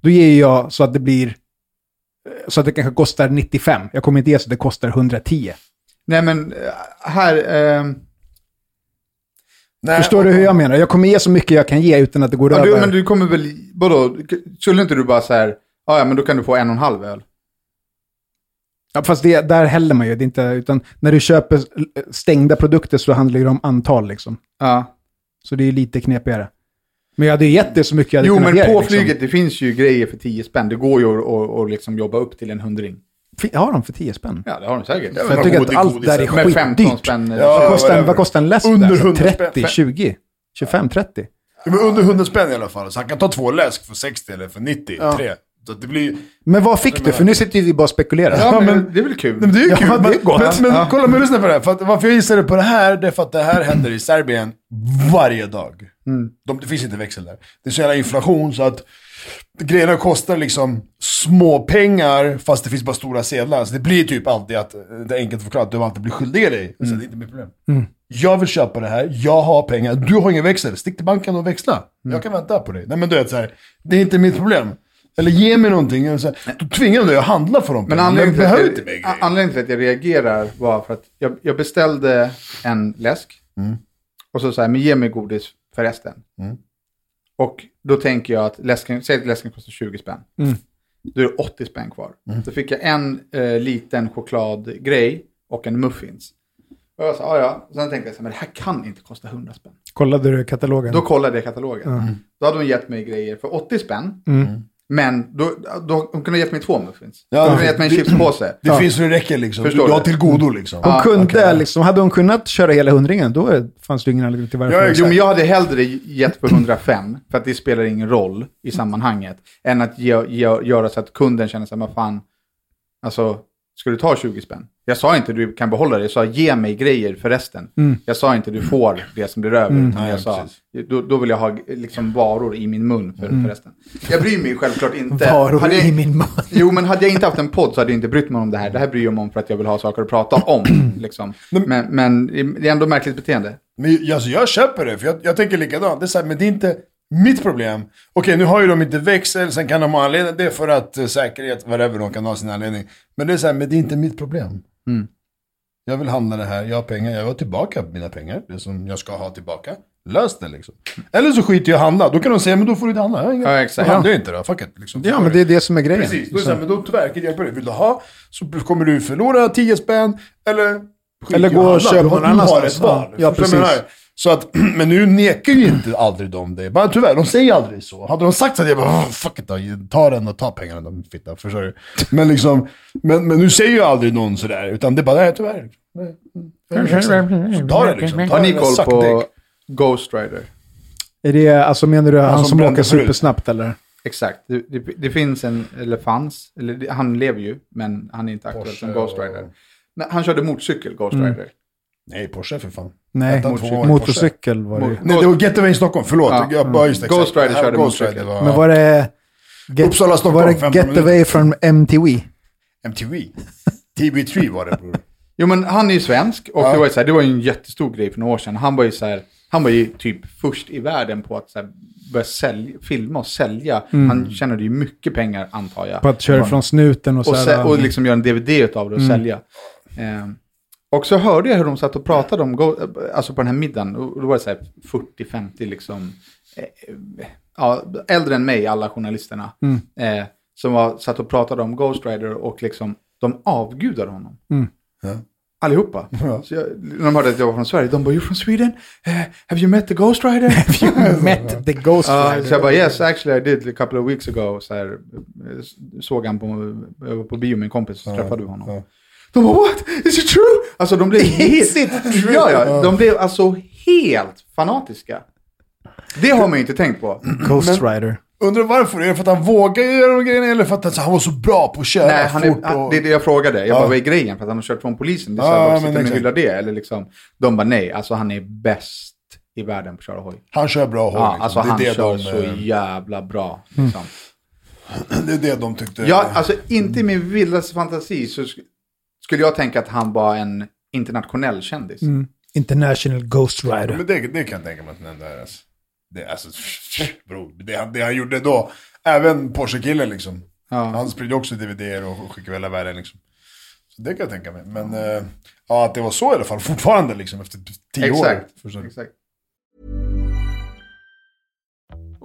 Speaker 4: Då ger ju jag så att det blir eh, så att det kanske kostar 95. Jag kommer inte ge så att det kostar 110.
Speaker 2: Nej, men eh, här... ehm,
Speaker 3: Nej,
Speaker 4: Förstår du hur jag menar? Jag kommer ge så mycket jag kan ge utan att det går
Speaker 2: ja,
Speaker 4: över.
Speaker 2: du, men du kommer väl... Vadå? Skulle inte du bara så här, ja, ja, men då kan du få en och en halv öl.
Speaker 4: Ja, fast det, där häller man ju. Det är inte, utan när du köper stängda produkter så handlar det om antal liksom.
Speaker 2: Ja.
Speaker 4: Så det är lite knepigare. Men jag hade ju gett det så mycket jag hade
Speaker 2: Jo,
Speaker 4: kunnat
Speaker 2: men
Speaker 4: ge dig,
Speaker 2: på
Speaker 4: liksom.
Speaker 2: flyget, det finns ju grejer för 10 spänn. Det går ju att och, och liksom jobba upp till en hundring.
Speaker 4: Fi- Har de för 10 spänn?
Speaker 2: Ja, det har de säkert.
Speaker 3: Ja,
Speaker 4: För jag
Speaker 3: men
Speaker 4: tycker
Speaker 3: god-
Speaker 4: att allt
Speaker 3: godis
Speaker 4: där är
Speaker 3: är-
Speaker 2: Med 15
Speaker 4: skitdyrt.
Speaker 2: spänn.
Speaker 3: Ja,
Speaker 4: Vad kostar, en- vad
Speaker 3: whatever.
Speaker 4: kostar en läsk där?
Speaker 3: Under 100 spänn.
Speaker 4: 30, 20, 25, 30.
Speaker 3: Ja, Men under 100 spänn i alla fall. Så han kan ta två läsk för 60 eller för 90. Tre. Så att det blir...
Speaker 4: Men vad fick du? För nu sitter ju vi bara och spekulerar.
Speaker 2: Ja,
Speaker 3: Ja,
Speaker 2: men
Speaker 3: men-
Speaker 2: det är väl kul.
Speaker 3: Nej, men det är ju
Speaker 4: Ja,
Speaker 3: kul.
Speaker 4: det är
Speaker 3: men
Speaker 4: gott.
Speaker 3: men, men kolla, men lyssna på det här. För att, varför jag gissade på det här, det är för att det här händer i Serbien varje dag. De, det finns inte växel där. Det är så jävla inflation så att grejerna kostar liksom små pengar fast det finns bara stora sedlar. Så det blir typ alltid att, eh, det är enkelt förklarat, du alltid blir skyldig dig. Så det är inte mitt problem. Jag vill köpa det här, jag har pengar, du har ingen växel. Stick till banken och växla. Jag kan vänta på dig. Nej men du vet såhär, det är inte mitt problem. Eller ge mig någonting. Och Så här, då tvingar de dig att handla för dem.
Speaker 2: Men
Speaker 3: anledningen
Speaker 2: anledningen
Speaker 3: till
Speaker 2: till, att
Speaker 3: behöver inte mig
Speaker 2: jag,
Speaker 3: grejer.
Speaker 2: a- anledningen till att jag reagerar var för att jag, jag beställde en läsk.
Speaker 3: Mm.
Speaker 2: Och så sa jag, men ge mig godis för resten. Och då tänker jag att läsken, säg att läsken kostar 20 spänn. Då är det 80 spänn kvar.
Speaker 3: Mm.
Speaker 2: Då fick jag en eh, liten chokladgrej och en muffins. Och jag sa, "Ah, ja. Sen tänkte jag, så här, men det här kan inte kosta 100 spänn.
Speaker 4: Kollade du katalogen?
Speaker 3: Mm.
Speaker 2: Då kollade jag katalogen. Då hade hon gett mig grejer för 80 spänn. Men då, då, hon kunde ha gett mig två muffins.
Speaker 3: Mm. Ja,
Speaker 2: hon kunde
Speaker 3: det-
Speaker 2: ha gett mig en chipspåse.
Speaker 3: Det finns så det räcker liksom. Du,
Speaker 2: Förstår
Speaker 3: du
Speaker 2: du?
Speaker 3: har till godo liksom.
Speaker 4: hon kunde liksom, hade hon kunnat köra hela hundringen, då är- fanns det ingen anledning till varför.
Speaker 3: Ja,
Speaker 2: Jo, men jag hade hellre gett för 105, för att det spelar ingen roll i sammanhanget, än att ge, ge, göra så att kunden känner sig, vad fan, alltså, ska du ta 20 spänn? Jag sa inte du kan behålla det, jag sa ge mig grejer för resten.
Speaker 4: Mm.
Speaker 2: Jag sa inte du får det som blir över, utan jag sa, då, då vill jag ha liksom varor i min mun för, för resten. Jag bryr mig självklart inte.
Speaker 4: Mm. Varor
Speaker 2: Hade jag-
Speaker 4: i min mun.
Speaker 2: Jo, men hade jag inte haft en podd så hade jag inte brytt mig om det här. Det här bryr jag mig om för att jag vill ha saker att prata om. Liksom. Men, men det är ändå märkligt beteende.
Speaker 3: Men jag- alltså, jag köper det, för jag, jag tänker likadant. Det är så här, men det är inte mitt problem. Okej, nu har ju de inte växel, sen kan de ha anledning. Det är för att eh, säkerhet, whatever, de kan ha sin anledning. Men det är så här, men det är inte mitt problem.
Speaker 2: Mm.
Speaker 3: Jag vill handla det här, jag har pengar, jag vill ha tillbaka mina pengar. Det som jag ska ha tillbaka. Lös det liksom. Eller så skiter jag i att handla. Då kan de säga, men då får du inte handla. Jag har inga-
Speaker 2: Ja, exakt.
Speaker 3: Då handlar jag inte då, fuck it. Liksom.
Speaker 4: Ja, men det är det som är grejen.
Speaker 3: Precis, då är det så här, men då tyvärr kan jag hjälpa dig. Vill du ha så kommer du förlora 10 spänn eller skit
Speaker 4: Eller
Speaker 3: i
Speaker 4: gå och
Speaker 3: handla. Du
Speaker 4: köp någon
Speaker 3: har
Speaker 4: annanstans.
Speaker 3: ett val. Förstår
Speaker 4: Ja,
Speaker 3: du vad jag
Speaker 4: precis.
Speaker 3: menar? Så att, men nu nekar ju inte aldrig de det. Bara, tyvärr, de säger aldrig så. Hade de sagt så hade jag bara, "Åh, fuck it då, ta den och ta pengarna de fitta, förstår du? Men liksom, men, men nu säger ju aldrig någon sådär, utan det är bara, nej tyvärr. Nej. Så Ta det liksom. Ta
Speaker 2: Har ni
Speaker 3: det,
Speaker 2: koll
Speaker 3: suck
Speaker 2: på
Speaker 3: dick.
Speaker 2: Ghost Rider?
Speaker 4: Är det, alltså menar du han,
Speaker 3: som
Speaker 4: som
Speaker 3: brände
Speaker 4: åker
Speaker 3: förut?
Speaker 4: supersnabbt eller?
Speaker 2: Exakt. Det, det, det finns en, eller fanns, eller det, han lever ju, men han är inte aktuell
Speaker 3: Porsche
Speaker 2: som Ghost
Speaker 3: och-
Speaker 2: Rider. Nej, han körde motorcykel, Ghost Rider.
Speaker 3: Nej, Porsche för fan.
Speaker 4: Nej,
Speaker 3: Ettan, tvåan var
Speaker 4: motorcykel,
Speaker 3: ju Porsche.
Speaker 4: var det ju.
Speaker 3: Nej, det var Getaway i Stockholm, förlåt.
Speaker 2: Ja.
Speaker 3: Jag, bara, just, det,
Speaker 2: Ghost
Speaker 3: exakt.
Speaker 2: Rider
Speaker 3: Det här
Speaker 2: körde
Speaker 3: var Ghost
Speaker 2: motorcykel.
Speaker 3: Rider. Var,
Speaker 4: Men var det... Get,
Speaker 3: Uppsala, Stockholm,
Speaker 4: var det
Speaker 3: 15
Speaker 4: Get
Speaker 3: minuter.
Speaker 4: Away from MTV?
Speaker 3: MTV. TB3 var det bror.
Speaker 2: Jo, men han är ju svensk och
Speaker 3: Ja.
Speaker 2: det, var ju så här, det var ju en jättestor grej för några år sedan. Han var ju, så här, han var ju typ först i världen på att så här, börja sälja, filma och sälja. Han tjänade ju mycket pengar, antar jag.
Speaker 4: På att köra från snuten och så
Speaker 2: och,
Speaker 4: här, Mm.
Speaker 2: sä- och liksom göra en DVD av det och sälja. Eh, och så hörde jag hur de satt och pratade om, go- alltså på den här middagen, och då var det så här 40-50 liksom, eh, eh, ja, äldre än mig, alla journalisterna,
Speaker 4: Mm.
Speaker 2: eh, som var, satt och pratade om Ghost Rider och liksom, de avgudade honom.
Speaker 4: Mm.
Speaker 2: Allihopa. Så jag, när de hörde att jag var från Sverige, de bara, you're from Sweden? Eh, have you met the Ghost Rider?
Speaker 4: Met the Ghost
Speaker 2: Ja,
Speaker 4: Rider.
Speaker 2: så jag bara yes, actually I did a couple of weeks ago. Så här, eh, såg han på, jag var på bio med en kompis så träffade vi honom. De bara what? Is it true? Alltså de blev helt, ja, ja, de blev alltså helt fanatiska. Det har man ju inte tänkt på.
Speaker 4: Ghost Rider.
Speaker 3: Undrar varför? Är det för att han vågar göra de grejerna eller för att alltså, han var så bra på att köra
Speaker 2: Nej, han är,
Speaker 3: fort?
Speaker 2: han,
Speaker 3: och...
Speaker 2: det är det jag frågade. Jag
Speaker 3: Ja.
Speaker 2: bara, vad är grejen? För att han har kört från polisen. Det är så
Speaker 3: Ja,
Speaker 2: här,
Speaker 3: men
Speaker 2: varför sitter ni och
Speaker 3: exakt.
Speaker 2: hyllar det? Eller liksom, de bara nej, alltså han är bäst i världen på att köra hoj.
Speaker 3: Han kör bra håll.
Speaker 2: Ja,
Speaker 3: liksom.
Speaker 2: alltså
Speaker 3: det, är
Speaker 2: han
Speaker 3: det,
Speaker 2: kör
Speaker 3: de,
Speaker 2: så
Speaker 3: eh,
Speaker 2: jävla bra.
Speaker 3: Mm.
Speaker 2: Liksom.
Speaker 3: det är det de tyckte.
Speaker 2: Ja, alltså inte i min vildaste fantasi så sk- skulle jag tänka att han var en internationell kändis.
Speaker 3: Mm.
Speaker 4: International Ghost Rider.
Speaker 3: Men det, det kan jag tänka mig att den där... Alltså, det, alltså, bro, det, han- det han gjorde då, även Porsche-killen liksom. Han sprider också DVD-er och skickar väl hela världen liksom. Så det kan jag tänka mig. Men eh, ja, att det var så i alla fall, fortfarande liksom efter tio år.
Speaker 2: Exakt.
Speaker 3: Förstår du?
Speaker 2: Exakt.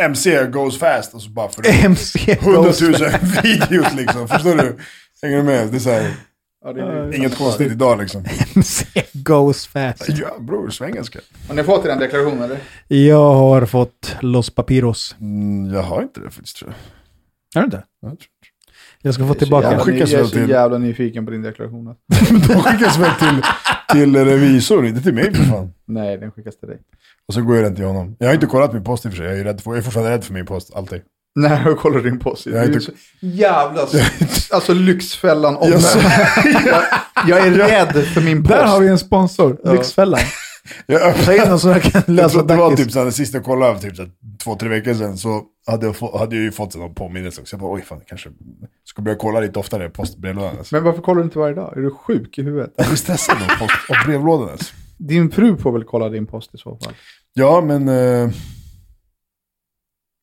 Speaker 3: MC goes fast och så bara för
Speaker 4: MC
Speaker 3: 100 000
Speaker 4: goes fast.
Speaker 3: videos liksom. Förstår du? Hänger du med? Det är så här,
Speaker 2: Ja, det är
Speaker 3: inget konstigt idag liksom.
Speaker 4: MC goes fast.
Speaker 3: Ja bror, svengelska.
Speaker 2: Har ni fått den deklarationen eller?
Speaker 4: Jag har fått Los Papiros.
Speaker 3: Mm, jag har inte det faktiskt tror jag.
Speaker 4: Är det inte?
Speaker 3: jag tror inte.
Speaker 4: Jag ska få tillbaka
Speaker 3: jävla
Speaker 4: den.
Speaker 3: skit. skickas
Speaker 2: jag är
Speaker 3: väl
Speaker 2: så
Speaker 3: till-
Speaker 2: jävla nyfiken på din deklaration. alltså.
Speaker 3: De skickas väl till, till revisor, inte till mig för fan.
Speaker 2: Nej, den skickas till dig.
Speaker 3: Och så går jag den till honom. Jag har inte kollat min post i och för sig. Jag är, rädd för, jag är fortfarande rädd för min post, alltid.
Speaker 2: Nej, jag kollar din post. Du
Speaker 3: Jag är
Speaker 2: är
Speaker 3: inte-
Speaker 2: så jävla... Alltså Lyxfällan om
Speaker 3: Jag, så,
Speaker 2: jag, jag är rädd för min post.
Speaker 4: Där har vi en sponsor. Lyxfällan.
Speaker 3: jag
Speaker 4: Ta in
Speaker 3: öppnade,
Speaker 4: den så jag kan
Speaker 3: jag
Speaker 4: läsa
Speaker 3: tror att det var
Speaker 4: Dackis.
Speaker 3: typ så här, det sista jag kollade, för typ så här, två, tre veckor sedan, så hade jag, få, hade jag ju fått en påminnelse också. Jag bara, oj fan, jag kanske ska börja kolla lite oftare i postbrevlådan. Alltså.
Speaker 2: Men varför kollar du inte varje dag? Är du sjuk i huvudet?
Speaker 3: Jag blir stressad av post och brevlådan alltså.
Speaker 2: Din fru får väl kolla din post i så fall.
Speaker 3: Ja, men... Eh,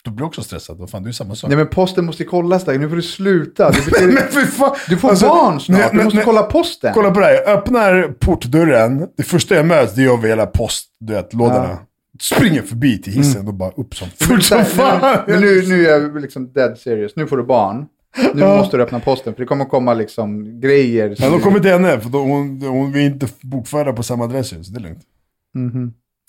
Speaker 3: du blir också stressad. Vad fan, det är ju samma sak.
Speaker 2: Nej men posten måste kollas där. Nu får du sluta. Du,
Speaker 3: Nej, men för fan.
Speaker 2: du får
Speaker 3: Alltså,
Speaker 2: barn snart.
Speaker 3: nej,
Speaker 2: du
Speaker 3: nej,
Speaker 2: måste
Speaker 3: nej.
Speaker 2: kolla posten.
Speaker 3: Kolla på det här, jag öppnar portdörren. Det första jag möts, det är över hela post, du vet, lådorna. Springer förbi till hissen
Speaker 2: Mm.
Speaker 3: och bara upp som fort
Speaker 2: Nej,
Speaker 3: som fan.
Speaker 2: Men nu, nu är jag liksom dead serious. Nu får du barn. Nu måste du öppna posten för det kommer komma liksom grejer. som
Speaker 3: Men de
Speaker 2: du-
Speaker 3: kommer till henne, för då, hon, hon vill inte bokföra på samma adress ju, så det är lugnt.
Speaker 2: Mm-hmm.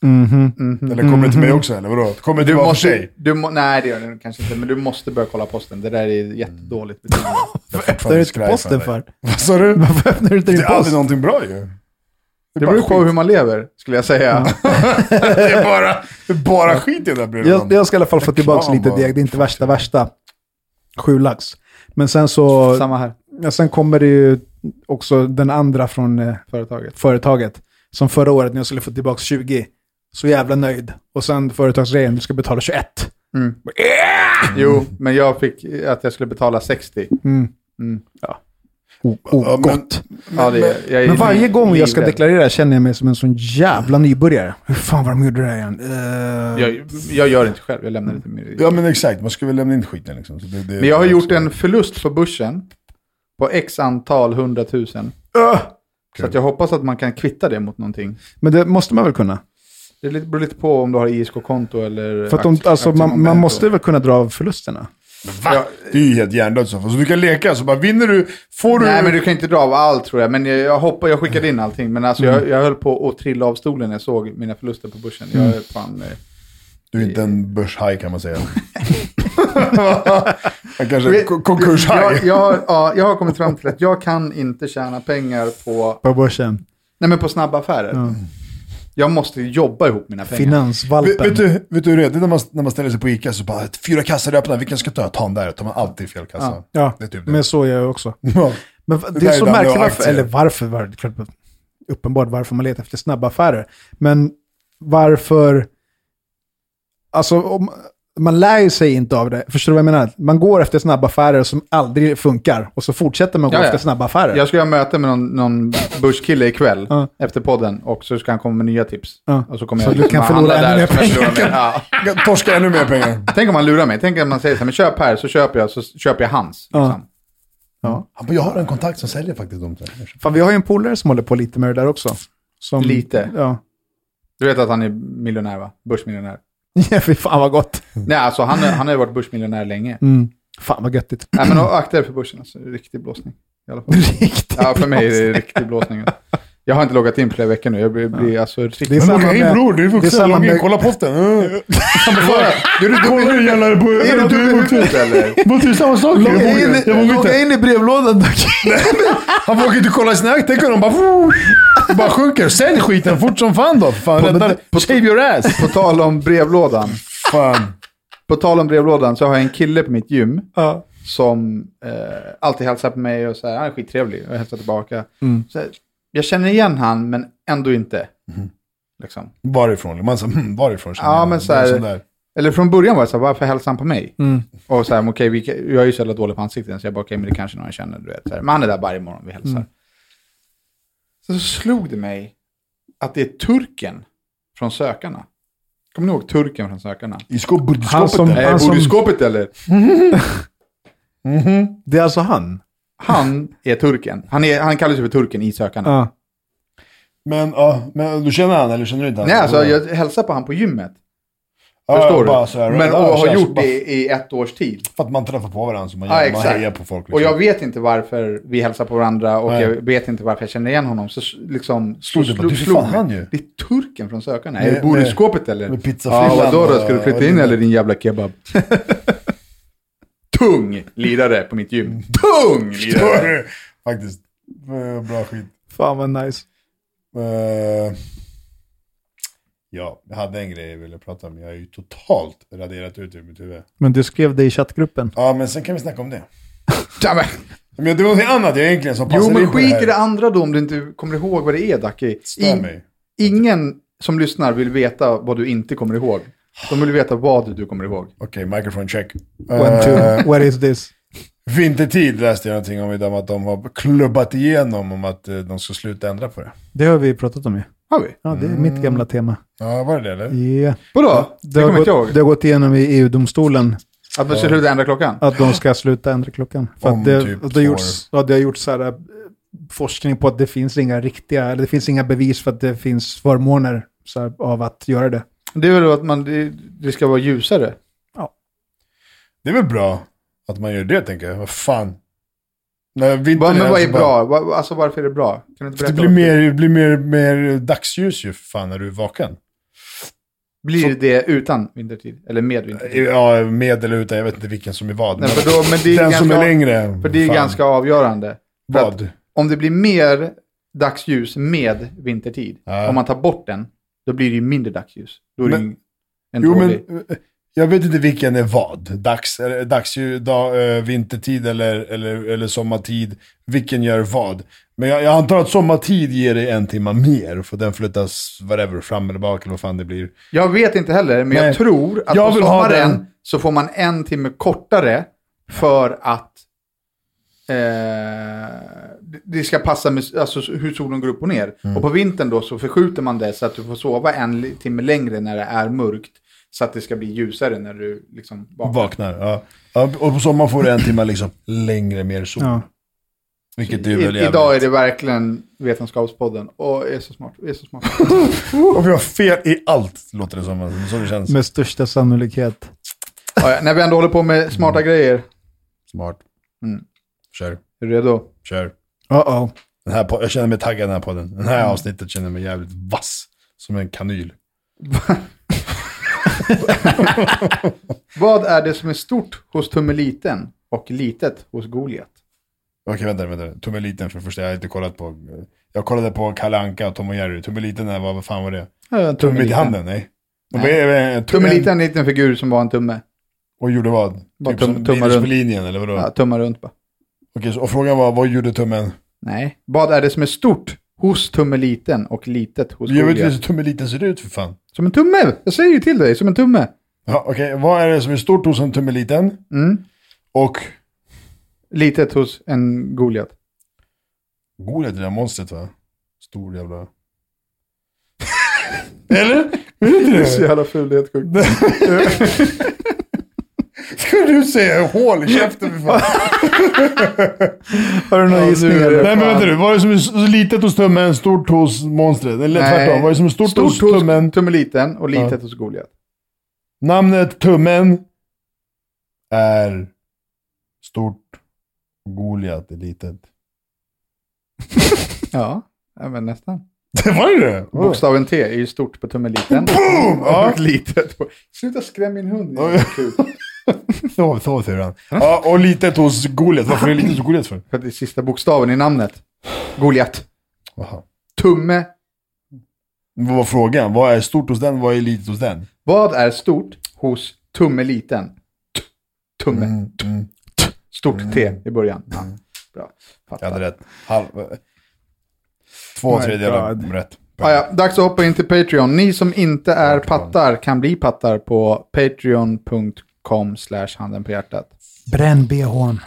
Speaker 4: Mhm.
Speaker 3: Eller kommer det till mig också, eller vadå? Kommer det
Speaker 2: Du
Speaker 3: till var för
Speaker 2: måste,
Speaker 3: sig?
Speaker 2: du må, nej det gör den kanske inte, men du måste börja kolla posten. Det där är jättedåligt beteende.
Speaker 3: Jag
Speaker 4: Vad är
Speaker 3: fortfarande
Speaker 4: det
Speaker 3: skraj
Speaker 4: till posten för?
Speaker 3: Vad sa du?
Speaker 4: Varför öppnar du inte
Speaker 3: Det
Speaker 4: din
Speaker 3: är typ aldrig
Speaker 4: post?
Speaker 3: någonting bra ju.
Speaker 2: Det beror på hur man lever, skulle jag säga.
Speaker 3: Det är bara, det är bara skit i den där brevlådan.
Speaker 4: Jag, jag ska i alla fall få tillbaka
Speaker 3: Reklam
Speaker 4: lite
Speaker 3: bara.
Speaker 4: deg. Det är inte värsta värsta. Sju lax. Men sen så...
Speaker 2: Samma här,
Speaker 4: Ja, sen kommer det ju också den andra från eh,
Speaker 2: företaget.
Speaker 4: företaget. Som förra året när jag skulle få tillbaka 20. Så jävla nöjd. Och sen företagsregeln, du ska betala 21.
Speaker 2: Jo, men jag fick att jag skulle betala 60.
Speaker 4: O-
Speaker 3: Ja, men-
Speaker 4: Ogott.
Speaker 2: Ja, det, är- jag är
Speaker 4: Men varje gång jag ska
Speaker 2: livrädd.
Speaker 4: deklarera känner jag mig som en sån jävla nybörjare. Hur fan var de gjorde det här igen? Eh,
Speaker 2: Jag, jag gör det inte själv, jag lämnar det till min
Speaker 3: Ja men exakt, man ska väl lämna in skiten liksom. Så det, det,
Speaker 2: Men jag har gjort en förlust på börsen på x antal hundratusen.
Speaker 4: öh!
Speaker 2: Så att jag hoppas att man kan kvitta det mot någonting.
Speaker 4: Men det måste man väl kunna?
Speaker 2: Det lite- beror lite på om du har ISK-konto eller...
Speaker 4: För att de,
Speaker 2: aktie-
Speaker 4: alltså, man, man
Speaker 2: aktiemoment
Speaker 4: måste
Speaker 2: och-
Speaker 4: väl kunna dra av förlusterna?
Speaker 3: Va? Det är ju helt hjärndött så. Så du kan leka, så bara vinner du, får du...
Speaker 2: Nej, men du kan inte dra av allt tror jag. Men jag, jag hoppar, jag skickade in allting. Men alltså
Speaker 4: Mm.
Speaker 2: jag, jag höll på att trilla av stolen när jag såg mina förluster på börsen. Jag
Speaker 4: Mm.
Speaker 2: är fan... eh,
Speaker 3: Du är inte en börshaj kan man säga. Man kanske
Speaker 2: Vet-
Speaker 3: ko- konkurshaj.
Speaker 2: Jag, jag, ja, jag har kommit fram till att jag kan inte tjäna pengar på,
Speaker 4: På börsen.
Speaker 2: nej, men på snabba affärer. Jag måste jobba ihop mina pengar.
Speaker 3: Vet,
Speaker 4: Finansvalpen.
Speaker 3: vet, du, vet du hur det är? Det är när man, när man ställer sig på Ica så bara, fyra kassar är öppna, vilken ska jag ta? Ta den där. Tar man alltid fel kassa.
Speaker 4: Ja,
Speaker 3: Det är typ det.
Speaker 4: men så gör jag också.
Speaker 3: Ja.
Speaker 4: Men det,
Speaker 3: där
Speaker 4: är
Speaker 3: är
Speaker 4: så
Speaker 3: den
Speaker 4: märkligt
Speaker 3: med
Speaker 4: varför,
Speaker 3: aktier.
Speaker 4: eller varför, var det klart, uppenbart varför man letar efter snabba affärer. Men varför, alltså om, man lär ju sig inte av det. Förstår du vad jag menar? Man går efter snabba affärer som aldrig funkar och så fortsätter man gå
Speaker 2: Ja, ja.
Speaker 4: efter snabba affärer.
Speaker 2: Jag ska ha möte med någon, någon börskille ikväll
Speaker 4: Ja.
Speaker 2: efter podden och så ska han komma med nya tips.
Speaker 4: Ja.
Speaker 2: Och så kommer
Speaker 4: Så
Speaker 2: jag
Speaker 4: du
Speaker 2: liksom
Speaker 4: kan
Speaker 2: bara
Speaker 4: förlora
Speaker 2: handla
Speaker 4: ännu
Speaker 2: där som
Speaker 4: mer
Speaker 2: jag förlorar
Speaker 4: pengar.
Speaker 2: mer. Ja.
Speaker 3: Jag torskar ännu mer pengar.
Speaker 2: Tänk om man lurar mig. Tänk om man säger så här, men köp här så köper jag, så köper jag hans.
Speaker 4: Ja.
Speaker 2: Liksom.
Speaker 3: Han bara, jag har en kontakt som säljer faktiskt de där.
Speaker 4: Fan, vi har ju en polare som håller på lite med det där också. Som,
Speaker 2: Lite?
Speaker 4: Ja.
Speaker 2: Du vet att han är miljonär va? Börsmiljonär.
Speaker 4: ja, fy fan vad gott.
Speaker 2: Nej, alltså han, är- han har ju varit börsmiljonär länge.
Speaker 4: Mm. Fan vad göttigt.
Speaker 2: Nej, men akta er för börsen alltså. Riktig blåsning. I alla fall.
Speaker 4: Riktigt.
Speaker 2: Ja, för mig är det riktig blåsning. Jag har inte loggat in flera veckor nu. Jag blir, blir alltså riktigt...
Speaker 4: Det är samma
Speaker 3: Okej
Speaker 4: med-
Speaker 3: bror, du är
Speaker 4: det är
Speaker 3: vuxen.
Speaker 4: samma
Speaker 3: Logga in,
Speaker 4: med-
Speaker 3: kolla posten. Mm.
Speaker 2: Du, du,
Speaker 3: Kolla hur jävla det bor-
Speaker 2: är du
Speaker 3: du
Speaker 2: dum i
Speaker 3: vuxen.
Speaker 2: huvudet eller?
Speaker 3: Vad är samma sak? Jag
Speaker 4: Logga
Speaker 3: vågar
Speaker 4: in,
Speaker 3: inte. Jag vågar inte.
Speaker 4: logga in i brevlådan dock.
Speaker 3: Han vågar inte kolla sina aktier, de bara... Bara sjunker. Sälj skiten fort som fan då. för Fan, rädda
Speaker 2: på-
Speaker 3: Shave your ass.
Speaker 2: På tal om brevlådan.
Speaker 3: Fan.
Speaker 2: På tal om brevlådan så har jag en kille på mitt gym
Speaker 4: Ja.
Speaker 2: som eh, alltid hälsar på mig och så här, han är skittrevlig och hälsar tillbaka. Så här, jag känner igen han men ändå inte.
Speaker 3: Mm.
Speaker 2: Liksom.
Speaker 3: Varifrån? Man sa, hmm, varifrån? känner
Speaker 2: Ja,
Speaker 3: jag.
Speaker 2: men så
Speaker 3: Det är
Speaker 2: här-
Speaker 3: sån där.
Speaker 2: Eller från början var jag så här, varför hälsar han på mig? Och så här, men okej, vi kan- jag är ju så jävla dålig på ansikten, så jag bara, okej, men det kanske är någon jag känner, du vet. Så här, men han är där varje morgon, vi hälsar. Så, så slog det mig att det är turken från Sökarna. Kommer ni ihåg turken från Sökarna?
Speaker 3: I skå- budskåpet
Speaker 4: Han som-
Speaker 3: där.
Speaker 2: Eh,
Speaker 4: som-
Speaker 2: bor du i skåpet eller?
Speaker 4: Det är alltså han?
Speaker 2: Han är turken. Han, är, han kallar sig för turken i Sökarna.
Speaker 4: Ja.
Speaker 3: Men, ja, men du känner han eller känner du inte han?
Speaker 2: Nej, alltså jag hälsade på han på gymmet.
Speaker 3: Ja,
Speaker 2: alltså, Förstår du?
Speaker 3: bara så här,
Speaker 2: men och
Speaker 3: ja,
Speaker 2: har
Speaker 3: känns-
Speaker 2: gjort
Speaker 3: bara-
Speaker 2: det i ett års tid.
Speaker 3: För att man träffar på varandra så man,
Speaker 2: Ja,
Speaker 3: gör, man
Speaker 2: exakt.
Speaker 3: hejar på folk. liksom.
Speaker 2: Och jag vet inte varför vi hälsar på varandra och
Speaker 3: Nej.
Speaker 2: jag vet inte varför jag känner igen honom. Så s- liksom...
Speaker 3: Slog
Speaker 2: så
Speaker 3: du bara,
Speaker 2: slo-
Speaker 3: "Du, fy
Speaker 2: slog
Speaker 3: fan,
Speaker 2: mig.
Speaker 3: han ju."
Speaker 2: Det är turken från sökarna.
Speaker 3: Med-
Speaker 2: Är du bor du i
Speaker 3: med-
Speaker 2: skåpet eller?
Speaker 3: med pizzafrillan
Speaker 2: Ja, vadå då? Ska du
Speaker 3: och-
Speaker 2: flytta in eller din jävla kebab? Tung lirare på mitt gym. Tung
Speaker 3: Förstår
Speaker 2: lirare!
Speaker 3: du? liksom. Faktiskt. Eh, Bra skit.
Speaker 4: Fan vad nice.
Speaker 3: Eh, ja, jag hade en grej jag ville prata om. Jag har ju totalt raderat ut ur mitt huvud.
Speaker 4: Men du skrev det i chattgruppen.
Speaker 3: Ja, men sen kan vi snacka om det.
Speaker 2: Ja, men-
Speaker 3: Men det var något annat jag egentligen som
Speaker 2: Jo
Speaker 3: passade
Speaker 2: men
Speaker 3: in på Alltså,
Speaker 2: skit
Speaker 3: det här.
Speaker 2: i det andra då om du inte kommer ihåg vad det är Dacke.
Speaker 3: Stör mig.
Speaker 2: Ingen som lyssnar vill veta vad du inte kommer ihåg. De vill veta vad du kommer ihåg.
Speaker 3: Okej, microphone check.
Speaker 4: One,
Speaker 3: Eh,
Speaker 4: two. What is this?
Speaker 3: Vintertid läste jag någonting om idag, om att de har klubbat igenom om att eh, de ska sluta ändra på det.
Speaker 4: Det har vi pratat om ju.
Speaker 2: Har vi?
Speaker 4: Ja, det är mitt gamla tema.
Speaker 3: Ja, var det det eller?
Speaker 4: Yeah.
Speaker 2: Vadå?
Speaker 4: Det,
Speaker 2: Mm. Det
Speaker 4: har
Speaker 2: kommer inte jag
Speaker 4: gått, det
Speaker 2: ihåg.
Speaker 4: har gått igenom i E EU-domstolen
Speaker 2: Att man ska sluta ändra klockan?
Speaker 4: att de ska sluta ändra klockan. För
Speaker 3: Om
Speaker 4: att det,
Speaker 3: typ
Speaker 4: det,
Speaker 3: två
Speaker 4: har gjorts, ja, det har gjorts så här, eh, forskning på att det finns inga riktiga, eller det finns inga bevis för att det finns förmåner så här, av att göra det.
Speaker 2: Det är väl att man, det, det ska vara ljusare?
Speaker 3: Det är väl bra att man gör det tänker jag. Vad fan. När vintern
Speaker 2: Va, men vad
Speaker 3: alltså
Speaker 2: är
Speaker 3: bara-
Speaker 2: bra? Va, alltså varför är det bra? Kan du inte
Speaker 3: Det
Speaker 2: berätta?
Speaker 3: blir mer, det blir mer, mer dagsljus ju för fan när du är vaken.
Speaker 2: Blir det utan vintertid? Eller med vintertid?
Speaker 3: Ja, med eller utan, jag vet inte vilken som är vad.
Speaker 2: Nej, för då, men det är
Speaker 3: den
Speaker 2: ganska,
Speaker 3: som är längre.
Speaker 2: För det är
Speaker 3: fan.
Speaker 2: ganska avgörande. För att
Speaker 3: Vad?
Speaker 2: Om det blir mer dagsljus med vintertid,
Speaker 3: Ja.
Speaker 2: om man tar bort den, då blir det ju mindre dagsljus. Då är det
Speaker 3: Men-
Speaker 2: ju en
Speaker 3: Jo, men
Speaker 2: dålig-
Speaker 3: eh, jag vet inte vilken är vad. Dags, eller dagsljus, dag, eh, vintertid eller, eller, eller sommartid. Vilken gör vad. Men jag, jag antar att sommartid ger dig en timma mer. För den flyttas, whatever, fram eller bak eller vad fan det blir.
Speaker 2: Jag vet inte heller, men
Speaker 3: Nej.
Speaker 2: jag tror att
Speaker 3: Jag
Speaker 2: på
Speaker 3: vill ha den.
Speaker 2: sommaren så får man en timme kortare för att eh, det- det ska passa med alltså, hur solen går upp och ner.
Speaker 3: Mm.
Speaker 2: Och på vintern då så förskjuter man det så att du får sova en li- timme längre när det är mörkt. Så att det ska bli ljusare när du liksom vaknar.
Speaker 3: Vaknar, ja. ja. Och på sommaren får du en timma liksom längre mer sol.
Speaker 4: Ja.
Speaker 3: Vilket är väl
Speaker 2: I,
Speaker 3: jävligt.
Speaker 2: idag är det verkligen Vetenskapspodden. Och är så smart. Är så smart.
Speaker 3: Och vi har fel i allt, låter det som. alltså. Så det känns.
Speaker 4: Med största sannolikhet.
Speaker 2: ja, ja, när vi ändå håller på med smarta grejer.
Speaker 3: Smart.
Speaker 2: Mm.
Speaker 3: Kör,
Speaker 2: Är du redo?
Speaker 3: kör.
Speaker 4: Uh-oh.
Speaker 3: Den här po- jag känner mig taggad i den här podden. Den här avsnittet känner jag mig jävligt vass. Som en kanyl.
Speaker 2: Vad är det som är stort hos tummeliten och litet hos Goliat?
Speaker 3: Okej, vänta, vänta. Tummeliten för det första. Jag har inte kollat på... Jag kollade på Kalle Anka och Tom och Jerry. Tummeliten, där, vad, vad fan var det? Tummet i handen, nej. De
Speaker 2: Nej.
Speaker 3: var- eh,
Speaker 2: Tummeliten är en liten figur som var en tumme.
Speaker 3: Och gjorde vad?
Speaker 2: Bara
Speaker 3: Typ
Speaker 2: tum-
Speaker 3: som
Speaker 2: tummar
Speaker 3: Linus på
Speaker 2: runt.
Speaker 3: linjen, eller vadå?
Speaker 2: Ja, tummar runt bara.
Speaker 3: Okej, så, och frågan var, vad gjorde tummen?
Speaker 2: Nej. Vad är det som är stort hos tummeliten och litet hos
Speaker 3: Jag vet inte hur
Speaker 2: Goliat?
Speaker 3: tummeliten ser ut, för fan.
Speaker 2: Som en tumme! Jag säger ju till dig, som en tumme.
Speaker 3: Ja, Okej, vad är det som är stort hos en tummeliten?
Speaker 2: Mm.
Speaker 3: Och...
Speaker 2: Litet hos en Goliat.
Speaker 3: Goliat, det där monstret va? Stor jävla... Eller? Är det inte det?
Speaker 2: jävla fulhet.
Speaker 3: Ska du säga hål i käften för fan?
Speaker 4: Har du några
Speaker 2: Ja, nu är
Speaker 4: gissningar?
Speaker 2: det-
Speaker 3: Nej men vänta nu, vad är det som är så litet hos tummen, stort hos monstret? Eller tvärtom, vad är det som är stort, hos tummen?
Speaker 2: tummeliten och litet hos Goliat.
Speaker 3: Namnet tummen är stort, Goliat är litet.
Speaker 2: Ja, ja men nästan.
Speaker 3: Det var det det?
Speaker 2: Bokstaven T är ju stort på tummeliten.
Speaker 3: Boom! Ja.
Speaker 2: Och litet på... Sluta skrämma min hund.
Speaker 3: Oj. Så, så ser han. Ja, och litet hos Goliat. Varför är det litet hos Goliat för?
Speaker 2: För att det är sista bokstaven i namnet. Goliat.
Speaker 3: Jaha.
Speaker 2: Tumme.
Speaker 3: Vad var frågan? Vad är stort hos den? Vad är litet hos den?
Speaker 2: Vad är stort hos tummeliten? T- Tumme.
Speaker 3: Mm.
Speaker 2: Stort T i början. Ja. Bra.
Speaker 3: Jag
Speaker 2: Fattar.
Speaker 3: hade rätt. Halv... Två
Speaker 4: My
Speaker 3: tredjedelar
Speaker 4: God.
Speaker 3: Mm, rätt.
Speaker 2: Ah, ja. Dags att hoppa in till Patreon. Ni som inte är pattar kan bli pattar på patreon.com slash handen på hjärtat.
Speaker 4: Bränn bhn.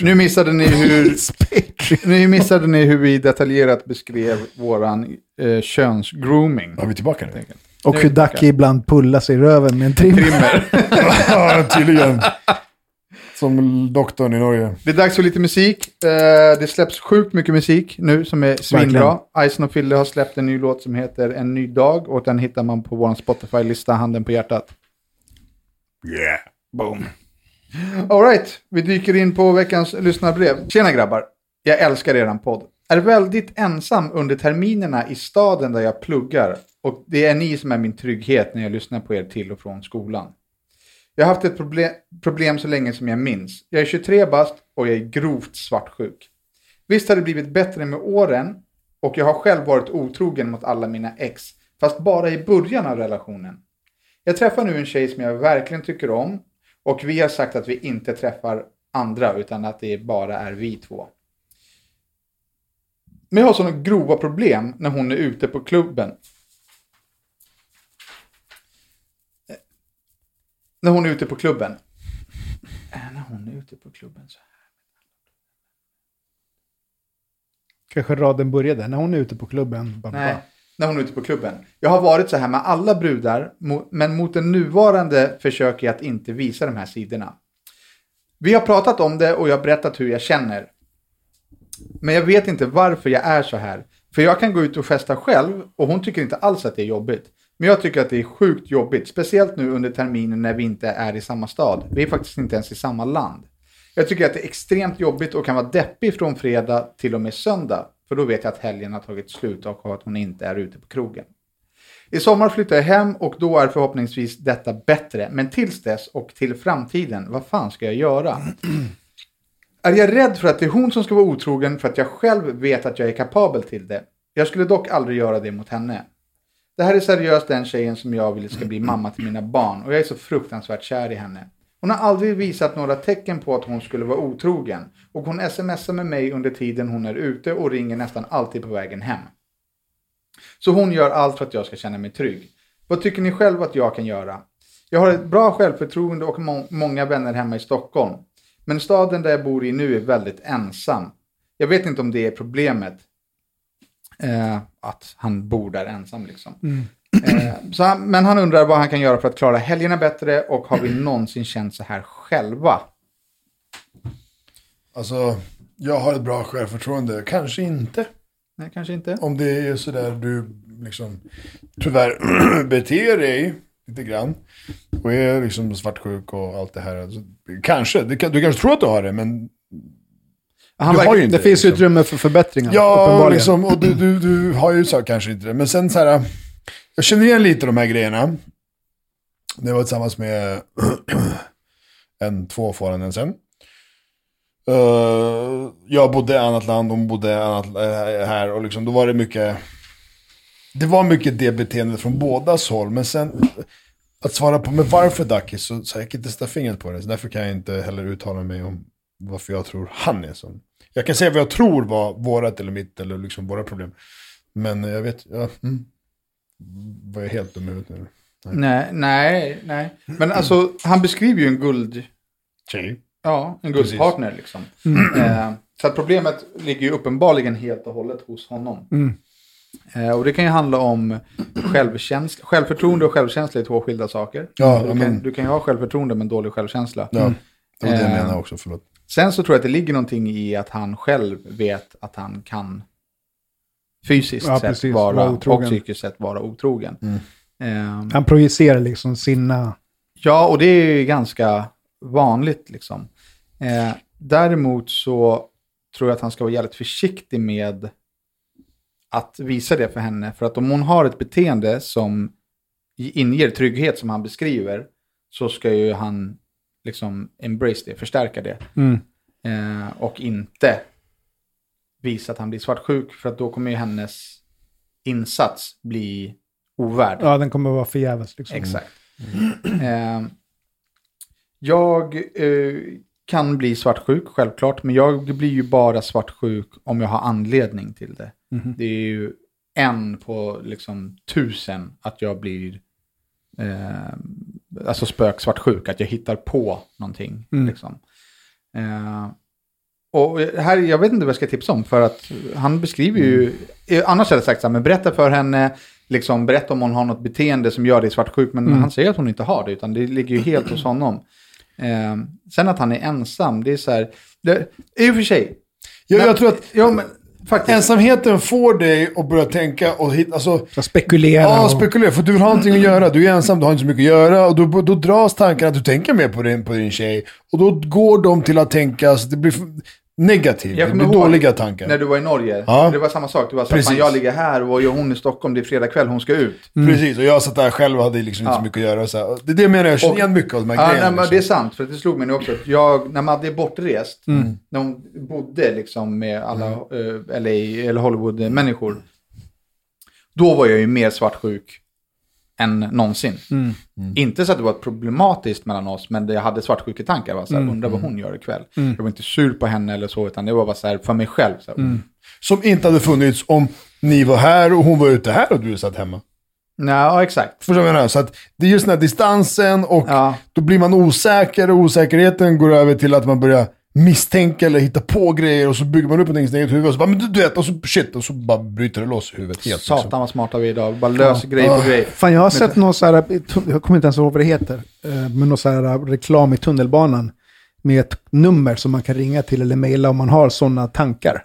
Speaker 2: Nu missade ni hur, nu missade ni hur vi detaljerat beskrev våran eh, könsgrooming.
Speaker 3: Är vi tillbaka nu?
Speaker 4: Och hur Ducky ibland pullar sig i röven med en trimmer.
Speaker 3: ja, tydligen. Som doktorn i Norge.
Speaker 2: Det är dags för lite musik. Eh, det släpps sjukt mycket musik nu som är svinbra. Ison och Fille har släppt en ny låt som heter En ny dag och den hittar man på vår Spotify-lista Handen på hjärtat.
Speaker 3: Yeah.
Speaker 5: Boom.
Speaker 2: Alright, vi dyker in på veckans lyssnarbrev. Tjena grabbar, jag älskar eran podd. Är väldigt ensam under terminerna i staden där jag pluggar och det är ni som är min trygghet när jag lyssnar på er till och från skolan. Jag har haft ett proble- problem så länge som jag minns. Jag är 23 bast och jag är grovt svartsjuk. Visst har det blivit bättre med åren och jag har själv varit otrogen mot alla mina ex, fast bara i början av relationen. Jag träffar nu en tjej som jag verkligen tycker om och vi har sagt att vi inte träffar andra utan att det bara är vi två. Men jag har sådana grova problem när hon är ute på klubben. Eh, När hon är ute på klubben. Eh, När hon är ute på klubben så här.
Speaker 4: Kanske raden började när hon är ute på klubben. Bara,
Speaker 2: Nej, när hon är ute på klubben. Jag har varit så här med alla brudar, mo- men mot den nuvarande försöker jag att inte visa de här sidorna. Vi har pratat om det och jag har berättat hur jag känner. Men jag vet inte varför jag är så här. För jag kan gå ut och festa själv och hon tycker inte alls att det är jobbigt. Men jag tycker att det är sjukt jobbigt, speciellt nu under terminen när vi inte är i samma stad. Vi är faktiskt inte ens i samma land. Jag tycker att det är extremt jobbigt och kan vara deppig från fredag till och med söndag. För då vet jag att helgen har tagit slut och att hon inte är ute på krogen. I sommar flyttar jag hem och då är förhoppningsvis detta bättre. Men tills dess och till framtiden, vad fan ska jag göra? Är jag rädd för att det är hon som ska vara otrogen för att jag själv vet att jag är kapabel till det? Jag skulle dock aldrig göra det mot henne. Det här är seriöst den tjejen som jag vill ska bli mamma till mina barn och jag är så fruktansvärt kär i henne. Hon har aldrig visat några tecken på att hon skulle vara otrogen och hon smsar med mig under tiden hon är ute och ringer nästan alltid på vägen hem. Så hon gör allt för att jag ska känna mig trygg. Vad tycker ni själv att jag kan göra? Jag har ett bra självförtroende och må- många vänner hemma i Stockholm. Men staden där jag bor i nu är väldigt ensam. Jag vet inte om det är problemet. Eh, att han bor där ensam liksom. Eh, så han, men han undrar vad han kan göra för att klara helgerna bättre och har vi någonsin känt så här själva?
Speaker 3: Alltså, jag har ett bra självförtroende. Kanske inte.
Speaker 2: Nej, kanske inte.
Speaker 3: Om det är sådär du liksom tyvärr beter dig lite grann. Och är liksom svartsjuk och allt det här. Alltså, kanske. Du, kan- du kanske tror att du har det, men
Speaker 4: Han
Speaker 3: Du
Speaker 4: verkar-
Speaker 3: har ju inte
Speaker 4: det finns
Speaker 3: liksom-
Speaker 4: utrymme för förbättringar.
Speaker 3: Ja,
Speaker 4: uppenbarligen.
Speaker 3: liksom, och du, du, du har ju så här, kanske inte det. Men sen så här, jag känner igen lite de här grejerna. När jag var tillsammans med en två förhållanden sen. Eh, jag bodde i annat land, hon bodde i annat eh, här och liksom, då var det mycket... Det var mycket det beteendet från bådas håll, men sen... Att svara på, men varför Ducky? Så, så jag kan inte sätta fingret på det. Så därför kan jag inte heller uttala mig om varför jag tror han är sån. Jag kan säga vad jag tror var vårat eller mitt eller liksom våra problem. Men jag vet, ja, mm. Var jag helt dum i huvudet nu?
Speaker 2: Nej, nej, nej. Men alltså, han beskriver ju en guld...
Speaker 3: Tjej.
Speaker 2: Ja, en guldpartner liksom. Eh, så att problemet ligger ju uppenbarligen helt och hållet hos honom. Eh, och det kan ju handla om självkänsla, självförtroende och självkänsla är två skilda saker.
Speaker 3: Ja,
Speaker 2: du, kan,
Speaker 3: men-
Speaker 2: du kan ju ha självförtroende men dålig självkänsla.
Speaker 3: Ja, det var det jag
Speaker 2: Mm. Eh.
Speaker 3: menade också, förlåt.
Speaker 2: Sen så tror jag att det ligger någonting i att han själv vet att han kan fysiskt
Speaker 4: Ja,
Speaker 2: sett
Speaker 4: precis,
Speaker 2: vara,
Speaker 4: vara
Speaker 2: och
Speaker 4: otrogen. Mm.
Speaker 2: psykiskt sett vara otrogen. Ehm,
Speaker 4: Han projicerar liksom sina...
Speaker 2: Ja, och det är ju ganska vanligt liksom. Eh, däremot så tror jag att han ska vara jävligt försiktig med att visa det för henne. För att om hon har ett beteende som inger trygghet som han beskriver så ska ju han liksom embrace det, förstärka det. Eh, och inte visa att han blir svartsjuk för att då kommer ju hennes insats bli ovärd.
Speaker 4: Ja, den kommer vara förgäves liksom.
Speaker 2: Exakt. Eh, jag eh, kan bli svartsjuk, självklart, men jag blir ju bara svartsjuk om jag har anledning till det. Det är ju en på liksom tusen att jag blir eh, alltså spöksvartsjuk, att jag hittar på någonting. Liksom. Eh, och här, jag vet inte vad jag ska tipsa om, för att han beskriver
Speaker 3: Mm.
Speaker 2: ju, eh, annars hade jag sagt så här, men berätta för henne, liksom berätta om hon har något beteende som gör dig svartsjuk, men
Speaker 3: Mm.
Speaker 2: han säger att hon inte har det, utan det ligger ju helt hos honom. Eh, sen att han är ensam, det är så här, det, i och för sig.
Speaker 3: Jag,
Speaker 2: Nej,
Speaker 3: jag tror att...
Speaker 2: ja, men, Faktiskt.
Speaker 3: Ensamheten får dig att börja tänka och hitta, alltså,
Speaker 4: Så spekulera.
Speaker 3: ja,
Speaker 4: och-
Speaker 3: spekulera. För du vill ha någonting att göra. Du är ensam, du har inte så mycket att göra. Och då, då dras tankarna att du tänker mer på din, på din tjej. Och då går de till att tänka, alltså, det blir f- negativt. Det
Speaker 2: Jag
Speaker 3: blir
Speaker 2: kommer ihåg
Speaker 3: dåliga tankar.
Speaker 2: När du var i Norge.
Speaker 3: Ja.
Speaker 2: Det var samma sak. Du var så här,
Speaker 3: Precis.
Speaker 2: fan jag ligger här och vad gör hon i Stockholm? Det är fredag kväll, hon ska ut.
Speaker 3: Precis, och jag satt där själv och hade liksom inte så mycket att göra. Så här. Och Det är det jag menar, jag känner igen mycket av de här
Speaker 2: Ja, nej,
Speaker 3: grejerna.
Speaker 2: men det är
Speaker 3: liksom.
Speaker 2: sant, för att det slog mig nu också. att Jag, när Madde är bortrest, när hon bodde liksom med alla eh, LA, eller Hollywood-människor, då var jag ju mer svartsjuk än någonsin. Inte så att det var problematiskt mellan oss, men jag hade svartsjuketankar. Jag var så här, undrar vad hon gör ikväll. Jag var inte sur på henne eller så, utan det var bara så här för mig själv. Så här,
Speaker 3: Som inte hade funnits om ni var här och hon var ute här och du satt hemma.
Speaker 2: Ja, exakt.
Speaker 3: Förstår du vad jag menar? Så att det är just den här distansen och
Speaker 2: Ja.
Speaker 3: då blir man osäker och osäkerheten går över till att man börjar misstänka eller hitta på grejer och så bygger man upp någonting i sitt eget huvud och så bara, men du, du vet, och så shit, och så bara bryter det loss i huvudet helt. liksom.
Speaker 2: Satan vad smarta vi är idag. Bara löser grej på grej.
Speaker 4: Fan, jag har sett någon så här, jag kommer inte ens ihåg vad det heter, eh, men någon så här reklam i tunnelbanan med ett nummer som man kan ringa till eller mejla om man har sådana tankar.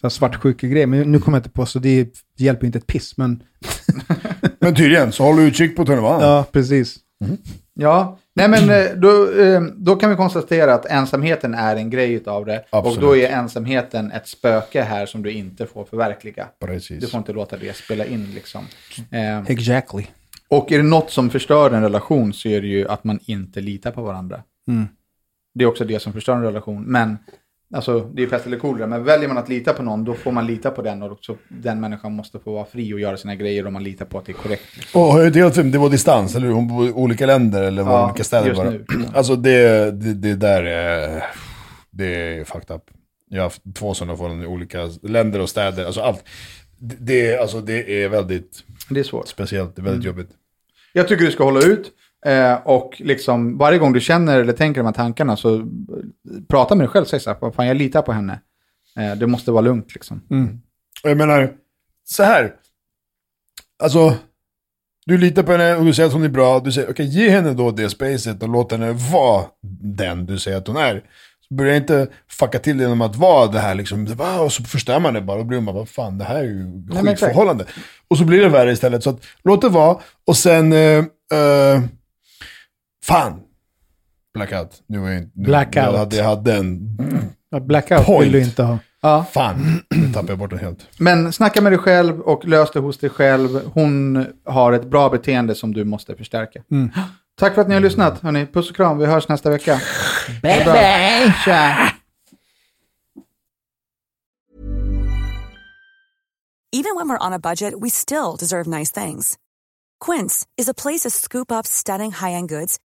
Speaker 4: Så här svartsjukegrejer, men nu kommer jag inte på så det hjälper inte ett piss, men
Speaker 3: Men tydligen, så håll utkik på tunnelbanan.
Speaker 4: ja, precis.
Speaker 2: Ja, nej men eh, då, eh, då kan vi konstatera att ensamheten är en grej utav det.
Speaker 3: Absolut.
Speaker 2: Och då är ensamheten ett spöke här som du inte får förverkliga.
Speaker 3: Precis.
Speaker 2: Du får inte låta det spela in liksom. Eh,
Speaker 4: Exactly.
Speaker 2: och är det något som förstör en relation så är det ju att man inte litar på varandra. Det är också det som förstör en relation. Men alltså, det är pest eller kolera. Men väljer man att lita på någon då får man lita på den. Och också, den människan måste få vara fri och göra sina grejer och man litar på att det är korrekt. liksom.
Speaker 3: Och har jag inte helt fel, det var distans, eller hur? Hon bor i olika länder eller var
Speaker 2: Ja,
Speaker 3: i olika städer
Speaker 2: just
Speaker 3: bara.
Speaker 2: nu.
Speaker 3: Alltså det, det, det där är, det är fucked up. Jag har haft två sådana från olika länder och städer, alltså allt. Det- Det, är- alltså det är väldigt
Speaker 2: Det är svårt.
Speaker 3: speciellt, det är väldigt jobbigt.
Speaker 2: Jag tycker du ska hålla ut. Eh, och liksom varje gång du känner eller tänker de här tankarna så eh, prata med dig själv. Säg så här, "Vad fan jag litar på henne. Eh, det måste vara lugnt liksom.
Speaker 3: Och jag menar, så här. Alltså, du litar på henne och du säger att hon är bra. Du säger, okej, ge henne då det spacet och låt henne vara den du säger att hon är. Så börja inte fucka till genom att vara det här liksom. Det bara, Och så förstör man det bara. Då blir man bara, vad fan, det här är ju
Speaker 2: men exakt.
Speaker 3: skitförhållande. Och så blir det värre istället. Så att, låt det vara. Och sen, eh, eh, fan. Blackout. Nu var jag inte... Nu,
Speaker 4: Blackout.
Speaker 3: Jag hade, jag hade en...
Speaker 4: Ja, Blackout
Speaker 3: Point.
Speaker 4: vill du inte ha.
Speaker 3: Fan, nu tappade jag bort den helt.
Speaker 2: Men snacka med dig själv och lös det hos dig själv. Hon har ett bra beteende som du måste förstärka. Tack för att ni har lyssnat. Hörrni, puss och kram. Vi hörs nästa vecka. Bye bye. Tja.
Speaker 6: Even when we're on a budget, we still deserve nice things. Quince is a place to scoop up stunning high-end goods